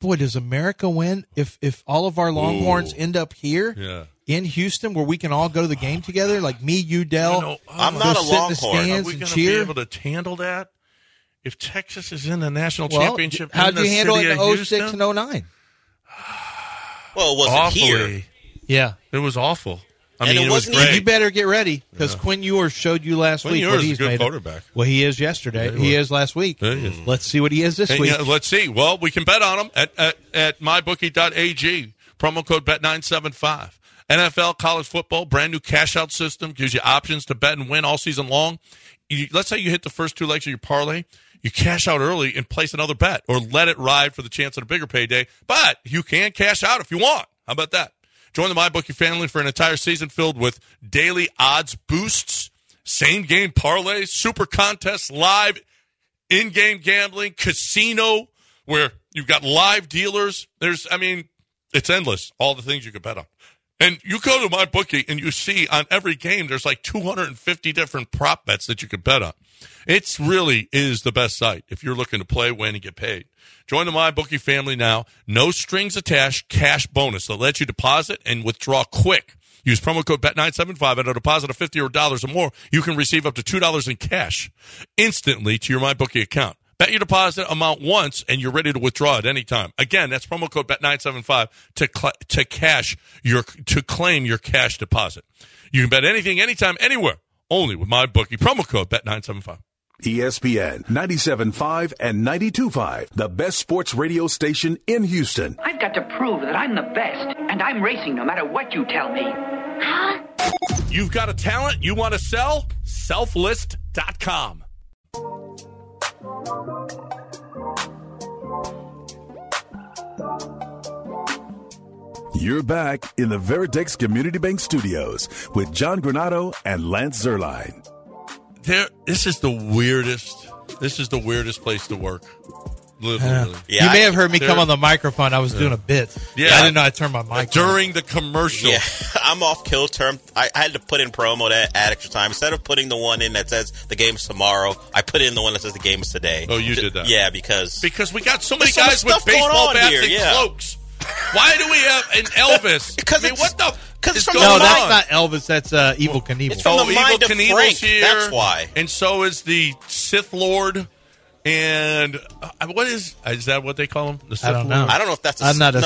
[SPEAKER 9] boy, does America win if if all of our Longhorns end up here
[SPEAKER 2] Yeah.
[SPEAKER 9] in Houston, where we can all go to the game together, like me, you, Dell.
[SPEAKER 2] know, oh
[SPEAKER 5] I'm
[SPEAKER 2] my-
[SPEAKER 5] not
[SPEAKER 9] go sit
[SPEAKER 5] a
[SPEAKER 9] in the
[SPEAKER 5] Longhorn.
[SPEAKER 2] Are
[SPEAKER 9] stands
[SPEAKER 2] we
[SPEAKER 9] and
[SPEAKER 2] going to be
[SPEAKER 9] cheer?
[SPEAKER 2] able to handle that? If Texas is in the national
[SPEAKER 9] Well,
[SPEAKER 2] championship,
[SPEAKER 9] how'd
[SPEAKER 2] in the oh
[SPEAKER 9] you handle
[SPEAKER 2] city
[SPEAKER 9] it
[SPEAKER 2] of
[SPEAKER 9] in 06
[SPEAKER 2] Houston?
[SPEAKER 9] and 09?
[SPEAKER 5] Well, it wasn't
[SPEAKER 2] Awfully.
[SPEAKER 5] here.
[SPEAKER 9] Yeah.
[SPEAKER 2] It was awful. I
[SPEAKER 5] And
[SPEAKER 2] mean, it,
[SPEAKER 5] it
[SPEAKER 2] was
[SPEAKER 5] wasn't even-
[SPEAKER 2] great.
[SPEAKER 9] You better get ready because Quinn Ewers showed you last
[SPEAKER 2] Quinn
[SPEAKER 9] week
[SPEAKER 2] Ewers
[SPEAKER 9] what
[SPEAKER 2] is a
[SPEAKER 9] he's
[SPEAKER 2] good
[SPEAKER 9] made of.
[SPEAKER 2] quarterback.
[SPEAKER 9] Well, he is yesterday.
[SPEAKER 2] he
[SPEAKER 9] he
[SPEAKER 2] was.
[SPEAKER 9] is last week.
[SPEAKER 2] Yeah, he is.
[SPEAKER 9] Let's see what he is this
[SPEAKER 2] And,
[SPEAKER 9] week.
[SPEAKER 2] yeah, let's see. Well, we can bet on them at, at, at mybookie.ag. Promo code bet975. NFL, college football, brand new cash out system gives you options to bet and win all season long. You, let's say you hit the first two legs of your parlay. You cash out early and place another bet or let it ride for the chance at a bigger payday. But you can cash out if you want. How about that? Join the MyBookie family for an entire season filled with daily odds boosts, same game parlays, super contests, live in-game gambling, casino, where you've got live dealers. There's, I mean, it's endless. All the things you could bet on. And you go to my bookie and you see on every game there's like 250 different prop bets that you could bet on. It's really is the best site if you're looking to play, win, and get paid. Join the MyBookie family now. No strings attached, cash bonus that lets you deposit and withdraw quick. Use promo code BET975 at a deposit of $50 or dollars or more. You can receive up to $2 in cash instantly to your MyBookie account. Bet your deposit amount once, and you're ready to withdraw at any time. Again, that's promo code BET975 to cl- to cash your to claim your cash deposit. You can bet anything, anytime, anywhere, only with my bookie promo code BET975.
[SPEAKER 7] E
[SPEAKER 14] ESPN 97.5 and 92.5, the best sports radio station in Houston.
[SPEAKER 15] I've got to prove that I'm the best, and I'm racing no matter what you tell me.
[SPEAKER 2] You've got a talent you want to sell? Selflist.com.
[SPEAKER 14] You're back in the Veritex Community Bank Studios with John Granado and Lance Zerline.
[SPEAKER 2] There, this is the weirdest. This is the weirdest place to work. Literally.
[SPEAKER 9] Yeah, you may have heard me come on the microphone. I was doing a bit.
[SPEAKER 2] Yeah.
[SPEAKER 9] I didn't know I turned my mic.
[SPEAKER 2] during the commercial.
[SPEAKER 5] Yeah, I'm off kilter. I'm- I, I had to put in promo that add extra time instead of putting the one in that says the game's tomorrow. I put in the one that says the game's today.
[SPEAKER 2] Oh, you did that.
[SPEAKER 5] Yeah, because
[SPEAKER 2] Because we got so many
[SPEAKER 5] There's so much
[SPEAKER 2] guys with
[SPEAKER 5] stuff going
[SPEAKER 2] baseball
[SPEAKER 5] on
[SPEAKER 2] bats
[SPEAKER 5] here,
[SPEAKER 2] and
[SPEAKER 5] yeah.
[SPEAKER 2] cloaks. Why do we have an Elvis? Because I mean, what the? Because
[SPEAKER 9] on. No, that's not Elvis. That's uh, Evil Knievel.
[SPEAKER 2] oh, Evil Knievel's here. And so is the Sith Lord. And uh, what is is that what they call him? The Sith
[SPEAKER 9] I don't know.
[SPEAKER 2] Lord?
[SPEAKER 9] I'm not a,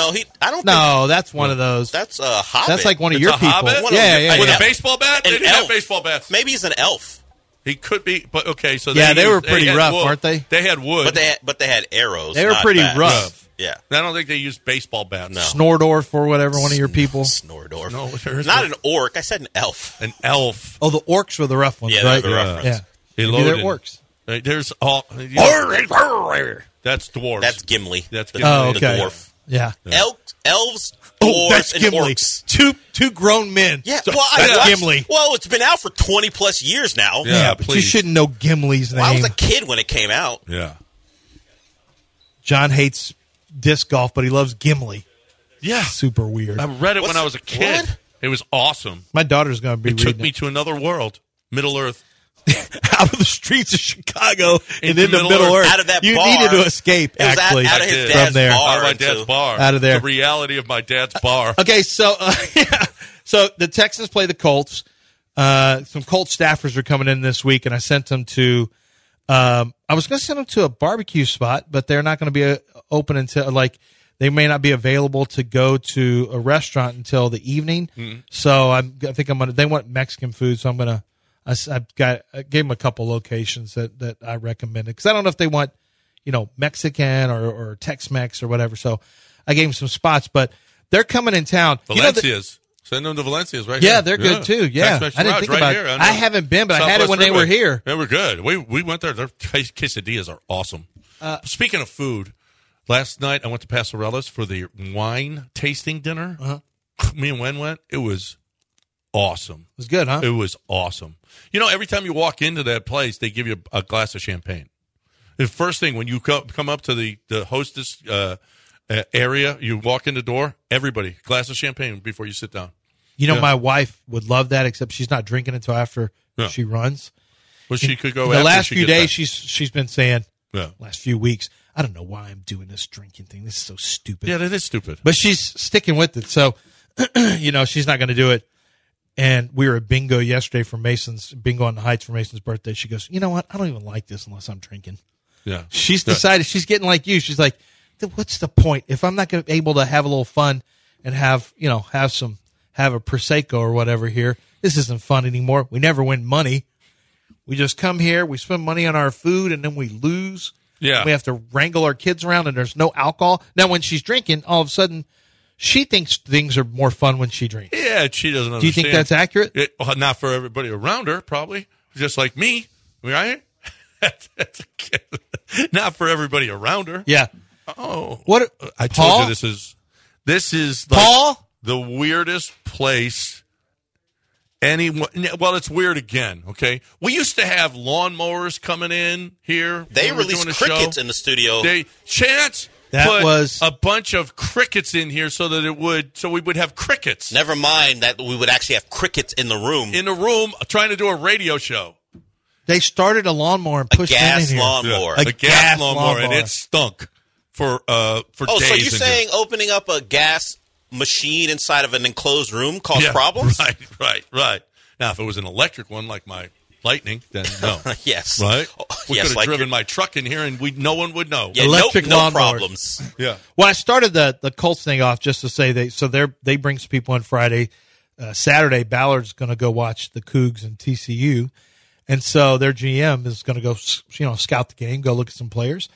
[SPEAKER 9] No, that's one of those.
[SPEAKER 5] That's a hobbit.
[SPEAKER 9] That's like one of
[SPEAKER 2] It's
[SPEAKER 9] your
[SPEAKER 2] a
[SPEAKER 9] people.
[SPEAKER 2] Hobbit?
[SPEAKER 9] Yeah, yeah, yeah.
[SPEAKER 2] With a baseball bat? They
[SPEAKER 5] An
[SPEAKER 2] didn't have
[SPEAKER 5] elf.
[SPEAKER 2] baseball bats.
[SPEAKER 5] Maybe he's an elf.
[SPEAKER 2] He could be, but okay. So
[SPEAKER 9] Yeah, they
[SPEAKER 2] used-
[SPEAKER 9] were pretty
[SPEAKER 2] had
[SPEAKER 9] rough,
[SPEAKER 2] wood.
[SPEAKER 9] aren't they?
[SPEAKER 2] They had wood,
[SPEAKER 5] But they had, but they had arrows.
[SPEAKER 9] They were
[SPEAKER 5] not
[SPEAKER 9] pretty
[SPEAKER 5] bats.
[SPEAKER 9] rough.
[SPEAKER 5] Yeah.
[SPEAKER 2] I don't think they used baseball bats. No,
[SPEAKER 9] Snordorf or whatever, one of your people.
[SPEAKER 5] Snordorf.
[SPEAKER 2] No,
[SPEAKER 5] Not an orc. I said an elf.
[SPEAKER 2] An elf.
[SPEAKER 9] Oh, the orcs were the rough ones,
[SPEAKER 5] Yeah,
[SPEAKER 9] right?
[SPEAKER 5] they're the rough ones.
[SPEAKER 9] Yeah.
[SPEAKER 2] They
[SPEAKER 9] Maybe they're
[SPEAKER 2] loaded.
[SPEAKER 9] orcs.
[SPEAKER 2] Uh, There's all. That's dwarves.
[SPEAKER 5] That's Gimli.
[SPEAKER 2] That's
[SPEAKER 5] the,
[SPEAKER 2] Gimli.
[SPEAKER 9] Oh,
[SPEAKER 5] the
[SPEAKER 9] okay.
[SPEAKER 5] dwarf.
[SPEAKER 9] Yeah.
[SPEAKER 5] Elks, elves, dwarves,
[SPEAKER 9] Oh, that's
[SPEAKER 5] and
[SPEAKER 9] Gimli.
[SPEAKER 5] orcs.
[SPEAKER 9] Two two grown men.
[SPEAKER 5] Yeah,
[SPEAKER 9] So-
[SPEAKER 5] well, I,
[SPEAKER 9] that's
[SPEAKER 5] I-
[SPEAKER 9] Gimli.
[SPEAKER 5] Well, it's been out for twenty plus years now.
[SPEAKER 9] Yeah, but you shouldn't know Gimli's name.
[SPEAKER 5] Well, I was a kid when it came out.
[SPEAKER 2] Yeah.
[SPEAKER 9] John hates disc golf, but he loves Gimli.
[SPEAKER 2] Yeah.
[SPEAKER 9] Super weird.
[SPEAKER 2] I read it when
[SPEAKER 9] What's-
[SPEAKER 2] I was a kid.
[SPEAKER 9] what?
[SPEAKER 2] It was awesome.
[SPEAKER 9] My daughter's going to be
[SPEAKER 2] It took
[SPEAKER 9] reading
[SPEAKER 2] me to another world, Middle Earth.
[SPEAKER 9] it. out of the streets of Chicago and
[SPEAKER 2] Into
[SPEAKER 9] into Middle, Earth.
[SPEAKER 2] Out of that
[SPEAKER 9] you
[SPEAKER 2] bar.
[SPEAKER 9] needed to escape,
[SPEAKER 2] It was out-
[SPEAKER 9] actually,
[SPEAKER 2] out of his
[SPEAKER 9] from
[SPEAKER 2] dad's
[SPEAKER 9] there.
[SPEAKER 2] Out of my dad's bar.
[SPEAKER 9] Out of there.
[SPEAKER 2] The reality of my dad's bar.
[SPEAKER 9] Okay, so uh, so the Texans play the Colts. Uh, some Colt staffers are coming in this week, and I sent them to. Um, I was going to send them to a barbecue spot, but they're not going to be uh, open until like they may not be available to go to a restaurant until the evening.
[SPEAKER 2] Mm-hmm.
[SPEAKER 16] Mhm.
[SPEAKER 9] So I'm, I think I'm gonna. They want Mexican food, so I'm gonna. I, s- I've got I gave them a couple locations that that I recommended because I don't know if they want you know Mexican or or Tex Mex or whatever. So I gave them some spots, but they're coming in town. You know, the-
[SPEAKER 2] Valencia's. Send them to Valencia's right
[SPEAKER 9] yeah,
[SPEAKER 2] here.
[SPEAKER 9] they're good too. Yeah,
[SPEAKER 2] Tex-Mex
[SPEAKER 9] I didn't
[SPEAKER 2] Garage
[SPEAKER 9] think
[SPEAKER 2] right
[SPEAKER 9] about
[SPEAKER 2] here
[SPEAKER 9] it.
[SPEAKER 2] on
[SPEAKER 9] I
[SPEAKER 2] the
[SPEAKER 9] haven't been, but I had it
[SPEAKER 2] Southwest
[SPEAKER 9] when they were
[SPEAKER 2] Freeway.
[SPEAKER 9] here.
[SPEAKER 2] They were good. We we went there. Their ques- quesadillas are awesome.
[SPEAKER 9] Uh,
[SPEAKER 2] Speaking of food, last night I went to Passarella's for the wine tasting dinner.
[SPEAKER 9] Uh-huh.
[SPEAKER 2] Me and Wen went. It was awesome. It
[SPEAKER 9] was good, huh?
[SPEAKER 2] It was awesome. You know, every time you walk into that place, they give you a, a glass of champagne. The first thing when you come, come up to the the hostess uh, uh, area, you walk in the door. Everybody, glass of champagne before you sit down.
[SPEAKER 9] You know,
[SPEAKER 2] Yeah.
[SPEAKER 9] my wife would love that, except she's not drinking until after
[SPEAKER 2] Yeah.
[SPEAKER 9] she runs.
[SPEAKER 2] Well, she could go
[SPEAKER 9] The
[SPEAKER 2] Oh, after
[SPEAKER 9] last
[SPEAKER 2] she
[SPEAKER 9] few
[SPEAKER 2] gets
[SPEAKER 9] days,
[SPEAKER 2] back.
[SPEAKER 9] she's she's been saying,
[SPEAKER 2] Yeah.
[SPEAKER 9] last few weeks, I don't know why I'm doing this drinking thing. This is so stupid.
[SPEAKER 2] Yeah, that is stupid.
[SPEAKER 9] But she's sticking with it. So, you know, she's not going to do it. And we were at bingo yesterday for Mason's bingo on the Heights for Mason's birthday. She goes, you know what? I don't even like this unless I'm drinking.
[SPEAKER 2] Yeah.
[SPEAKER 9] She's
[SPEAKER 2] Yeah.
[SPEAKER 9] decided she's getting like you. She's like, "Th- what's the point if I'm not gonna be able to have a little fun and have you know have some have a prosecco or whatever here? This isn't fun anymore. We never win money. We just come here, we spend money on our food, and then we lose.
[SPEAKER 2] Yeah.
[SPEAKER 9] we have to wrangle our kids around, and there's no alcohol. Now, when she's drinking, all of a sudden, she thinks things are more fun when she drinks.
[SPEAKER 2] Yeah, she doesn't. Understand.
[SPEAKER 9] Do you think that's accurate?
[SPEAKER 2] It- well, not for everybody around her, probably. Just like me, right? That's a kid. not for everybody around her.
[SPEAKER 9] Yeah.
[SPEAKER 2] Oh,
[SPEAKER 9] what?
[SPEAKER 2] I
[SPEAKER 9] Paul?
[SPEAKER 2] told you this is this is like
[SPEAKER 9] Paul?
[SPEAKER 2] the weirdest place. Anyone? Well, it's weird again. Okay, we used to have lawnmowers coming in here.
[SPEAKER 5] They
[SPEAKER 2] when we were
[SPEAKER 5] released
[SPEAKER 2] doing a
[SPEAKER 5] crickets
[SPEAKER 2] show.
[SPEAKER 5] in the studio.
[SPEAKER 2] They chance
[SPEAKER 5] That
[SPEAKER 2] put
[SPEAKER 5] was-
[SPEAKER 2] a bunch of crickets in here so that it would so we would have crickets.
[SPEAKER 5] Never mind that we would actually have crickets in the room.
[SPEAKER 2] in a room trying to do a radio show.
[SPEAKER 9] They started a lawnmower and pushed them in
[SPEAKER 5] gas
[SPEAKER 9] here.
[SPEAKER 5] lawnmower.
[SPEAKER 9] A,
[SPEAKER 5] A
[SPEAKER 2] The
[SPEAKER 9] gas,
[SPEAKER 2] gas, lawnmower,
[SPEAKER 9] lawnmower,
[SPEAKER 2] and it stunk for uh for
[SPEAKER 5] oh,
[SPEAKER 2] days.
[SPEAKER 5] so you're
[SPEAKER 2] and
[SPEAKER 5] saying opening up a gas machine inside of an enclosed room caused
[SPEAKER 2] Yeah,
[SPEAKER 5] problems?
[SPEAKER 2] Right, right, right. Now, if it was an electric one like my lightning, then no.
[SPEAKER 5] yes. Oh,
[SPEAKER 2] Right?
[SPEAKER 9] Oh,
[SPEAKER 2] We could
[SPEAKER 5] yes,
[SPEAKER 2] have
[SPEAKER 5] like
[SPEAKER 2] driven my truck in here and we no one would know.
[SPEAKER 5] Yeah, no- Electric no lawnmowers. problems.
[SPEAKER 2] Yeah.
[SPEAKER 9] Well, I started the the Colts thing off just to say they so they they bring some people on Friday, uh, Saturday. Ballard's going to go watch the Cougs and TCU, and so their GM is going to go s- you know scout the game, go look at some players,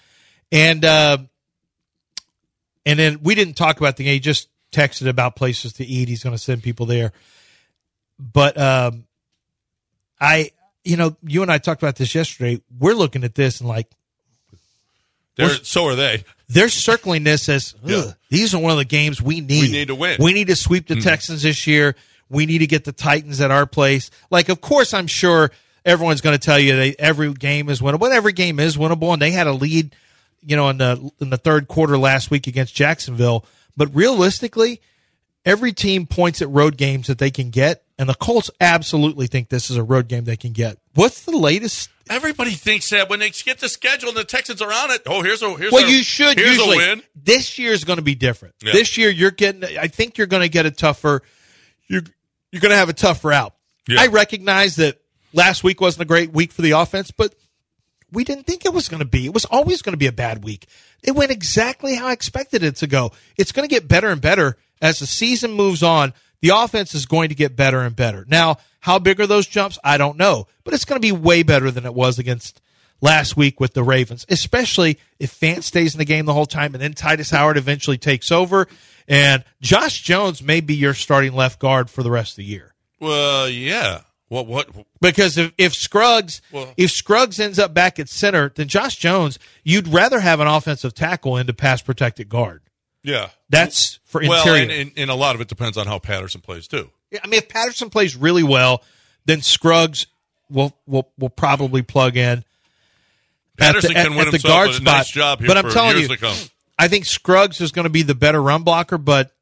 [SPEAKER 9] and uh, and then we didn't talk about the game. He just texted about places to eat. He's going to send people there, but um, I you know you and I talked about this yesterday. We're looking at this and like
[SPEAKER 2] They're, so are they.
[SPEAKER 9] they're circling this as "Ugh,
[SPEAKER 2] Yeah.
[SPEAKER 9] these are one of the games we need.
[SPEAKER 2] We need to win.
[SPEAKER 9] We need to sweep the
[SPEAKER 2] Mhm.
[SPEAKER 9] Texans this year. We need to get the Titans at our place. Like, of course, I'm sure everyone's going to tell you that every game is winnable. But every game is winnable, and they had a lead, you know, in the in the third quarter last week against Jacksonville. But realistically, every team points at road games that they can get, and the Colts absolutely think this is a road game they can get. What's the latest
[SPEAKER 2] Everybody thinks that when they get the schedule and the Texans are on it, oh here's a here's
[SPEAKER 9] well,
[SPEAKER 2] a,
[SPEAKER 9] you should
[SPEAKER 2] here's
[SPEAKER 9] usually.
[SPEAKER 2] a win.
[SPEAKER 9] This year is going to be different.
[SPEAKER 2] Yeah.
[SPEAKER 9] This year, you're getting. I think you're going to get a tougher. You're you're going to have a tougher out.
[SPEAKER 2] Yeah.
[SPEAKER 9] I recognize that last week wasn't a great week for the offense, but we didn't think it was going to be. It was always going to be a bad week. It went exactly how I expected it to go. It's going to get better and better as the season moves on. The offense is going to get better and better. Now, how big are those jumps? I don't know, but it's going to be way better than it was against last week with the Ravens, especially if Fant stays in the game the whole time and then Titus Howard eventually takes over. And Josh Jones may be your starting left guard for the rest of the year.
[SPEAKER 2] Well, yeah. What what
[SPEAKER 9] Because if, if Scruggs
[SPEAKER 2] Well-
[SPEAKER 9] if Scruggs ends up back at center, then Josh Jones, you'd rather have an offensive tackle into pass protected guard.
[SPEAKER 2] yeah.
[SPEAKER 9] That's for interior.
[SPEAKER 2] Well, and, and, and a lot of it depends on how Patterson plays too.
[SPEAKER 9] I mean, if Patterson plays really well, then Scruggs will will will probably plug in. at
[SPEAKER 2] Patterson
[SPEAKER 9] at-
[SPEAKER 2] can win
[SPEAKER 9] at
[SPEAKER 2] himself a nice job here
[SPEAKER 9] but I'm
[SPEAKER 2] for
[SPEAKER 9] telling
[SPEAKER 2] years
[SPEAKER 9] you,
[SPEAKER 2] to come.
[SPEAKER 9] I think Scruggs is going to be the better run blocker, but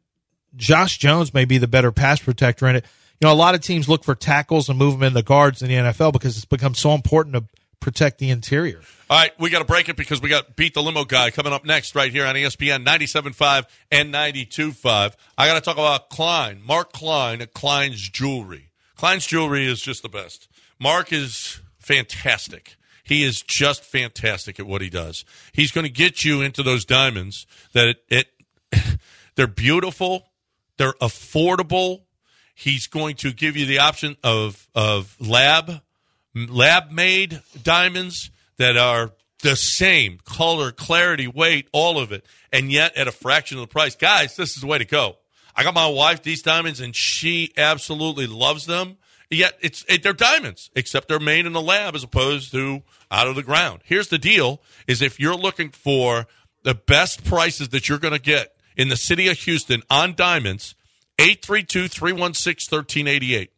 [SPEAKER 9] Josh Jones may be the better pass protector in it. You know, a lot of teams look for tackles and move them in the guards in the NFL because it's become so important to protect the interior.
[SPEAKER 2] All right, we got to break it because we got Beat the Limo guy coming up next right here on E ESPN 97.5 and 92.5. I got to talk about Klein, Mark Klein at Klein's Jewelry. Klein's Jewelry is just the best. Mark is fantastic. He is just fantastic at what he does. He's going to get you into those diamonds that it, it they're beautiful, they're affordable. He's going to give you the option of of lab lab made diamonds that are the same color, clarity, weight, all of it, and yet at a fraction of the price. Guys, this is the way to go. I got my wife these diamonds, and she absolutely loves them. Yet it's it, they're diamonds, except they're made in the lab as opposed to out of the ground. Here's the deal: is if you're looking for the best prices that you're going to get in the city of Houston on diamonds, 832 316 1388.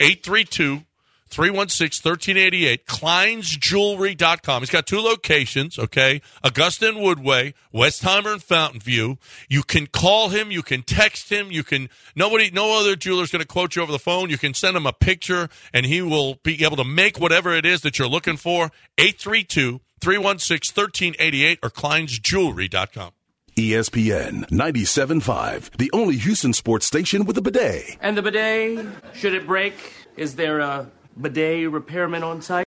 [SPEAKER 2] 832 316 1388. Kleinsjewelry.com. He's got two locations, okay? Augusta and Woodway, Westheimer and Fountain View. You can call him, you can text him, you can, nobody, no other jeweler's going to quote you over the phone. You can send him a picture and he will be able to make whatever it is that you're looking for. 832 316 1388 or kleinsjewelry.com.
[SPEAKER 14] E ESPN 97.5, the only Houston sports station with a bidet.
[SPEAKER 16] And the bidet, should it break? Is there a bidet repairman on site?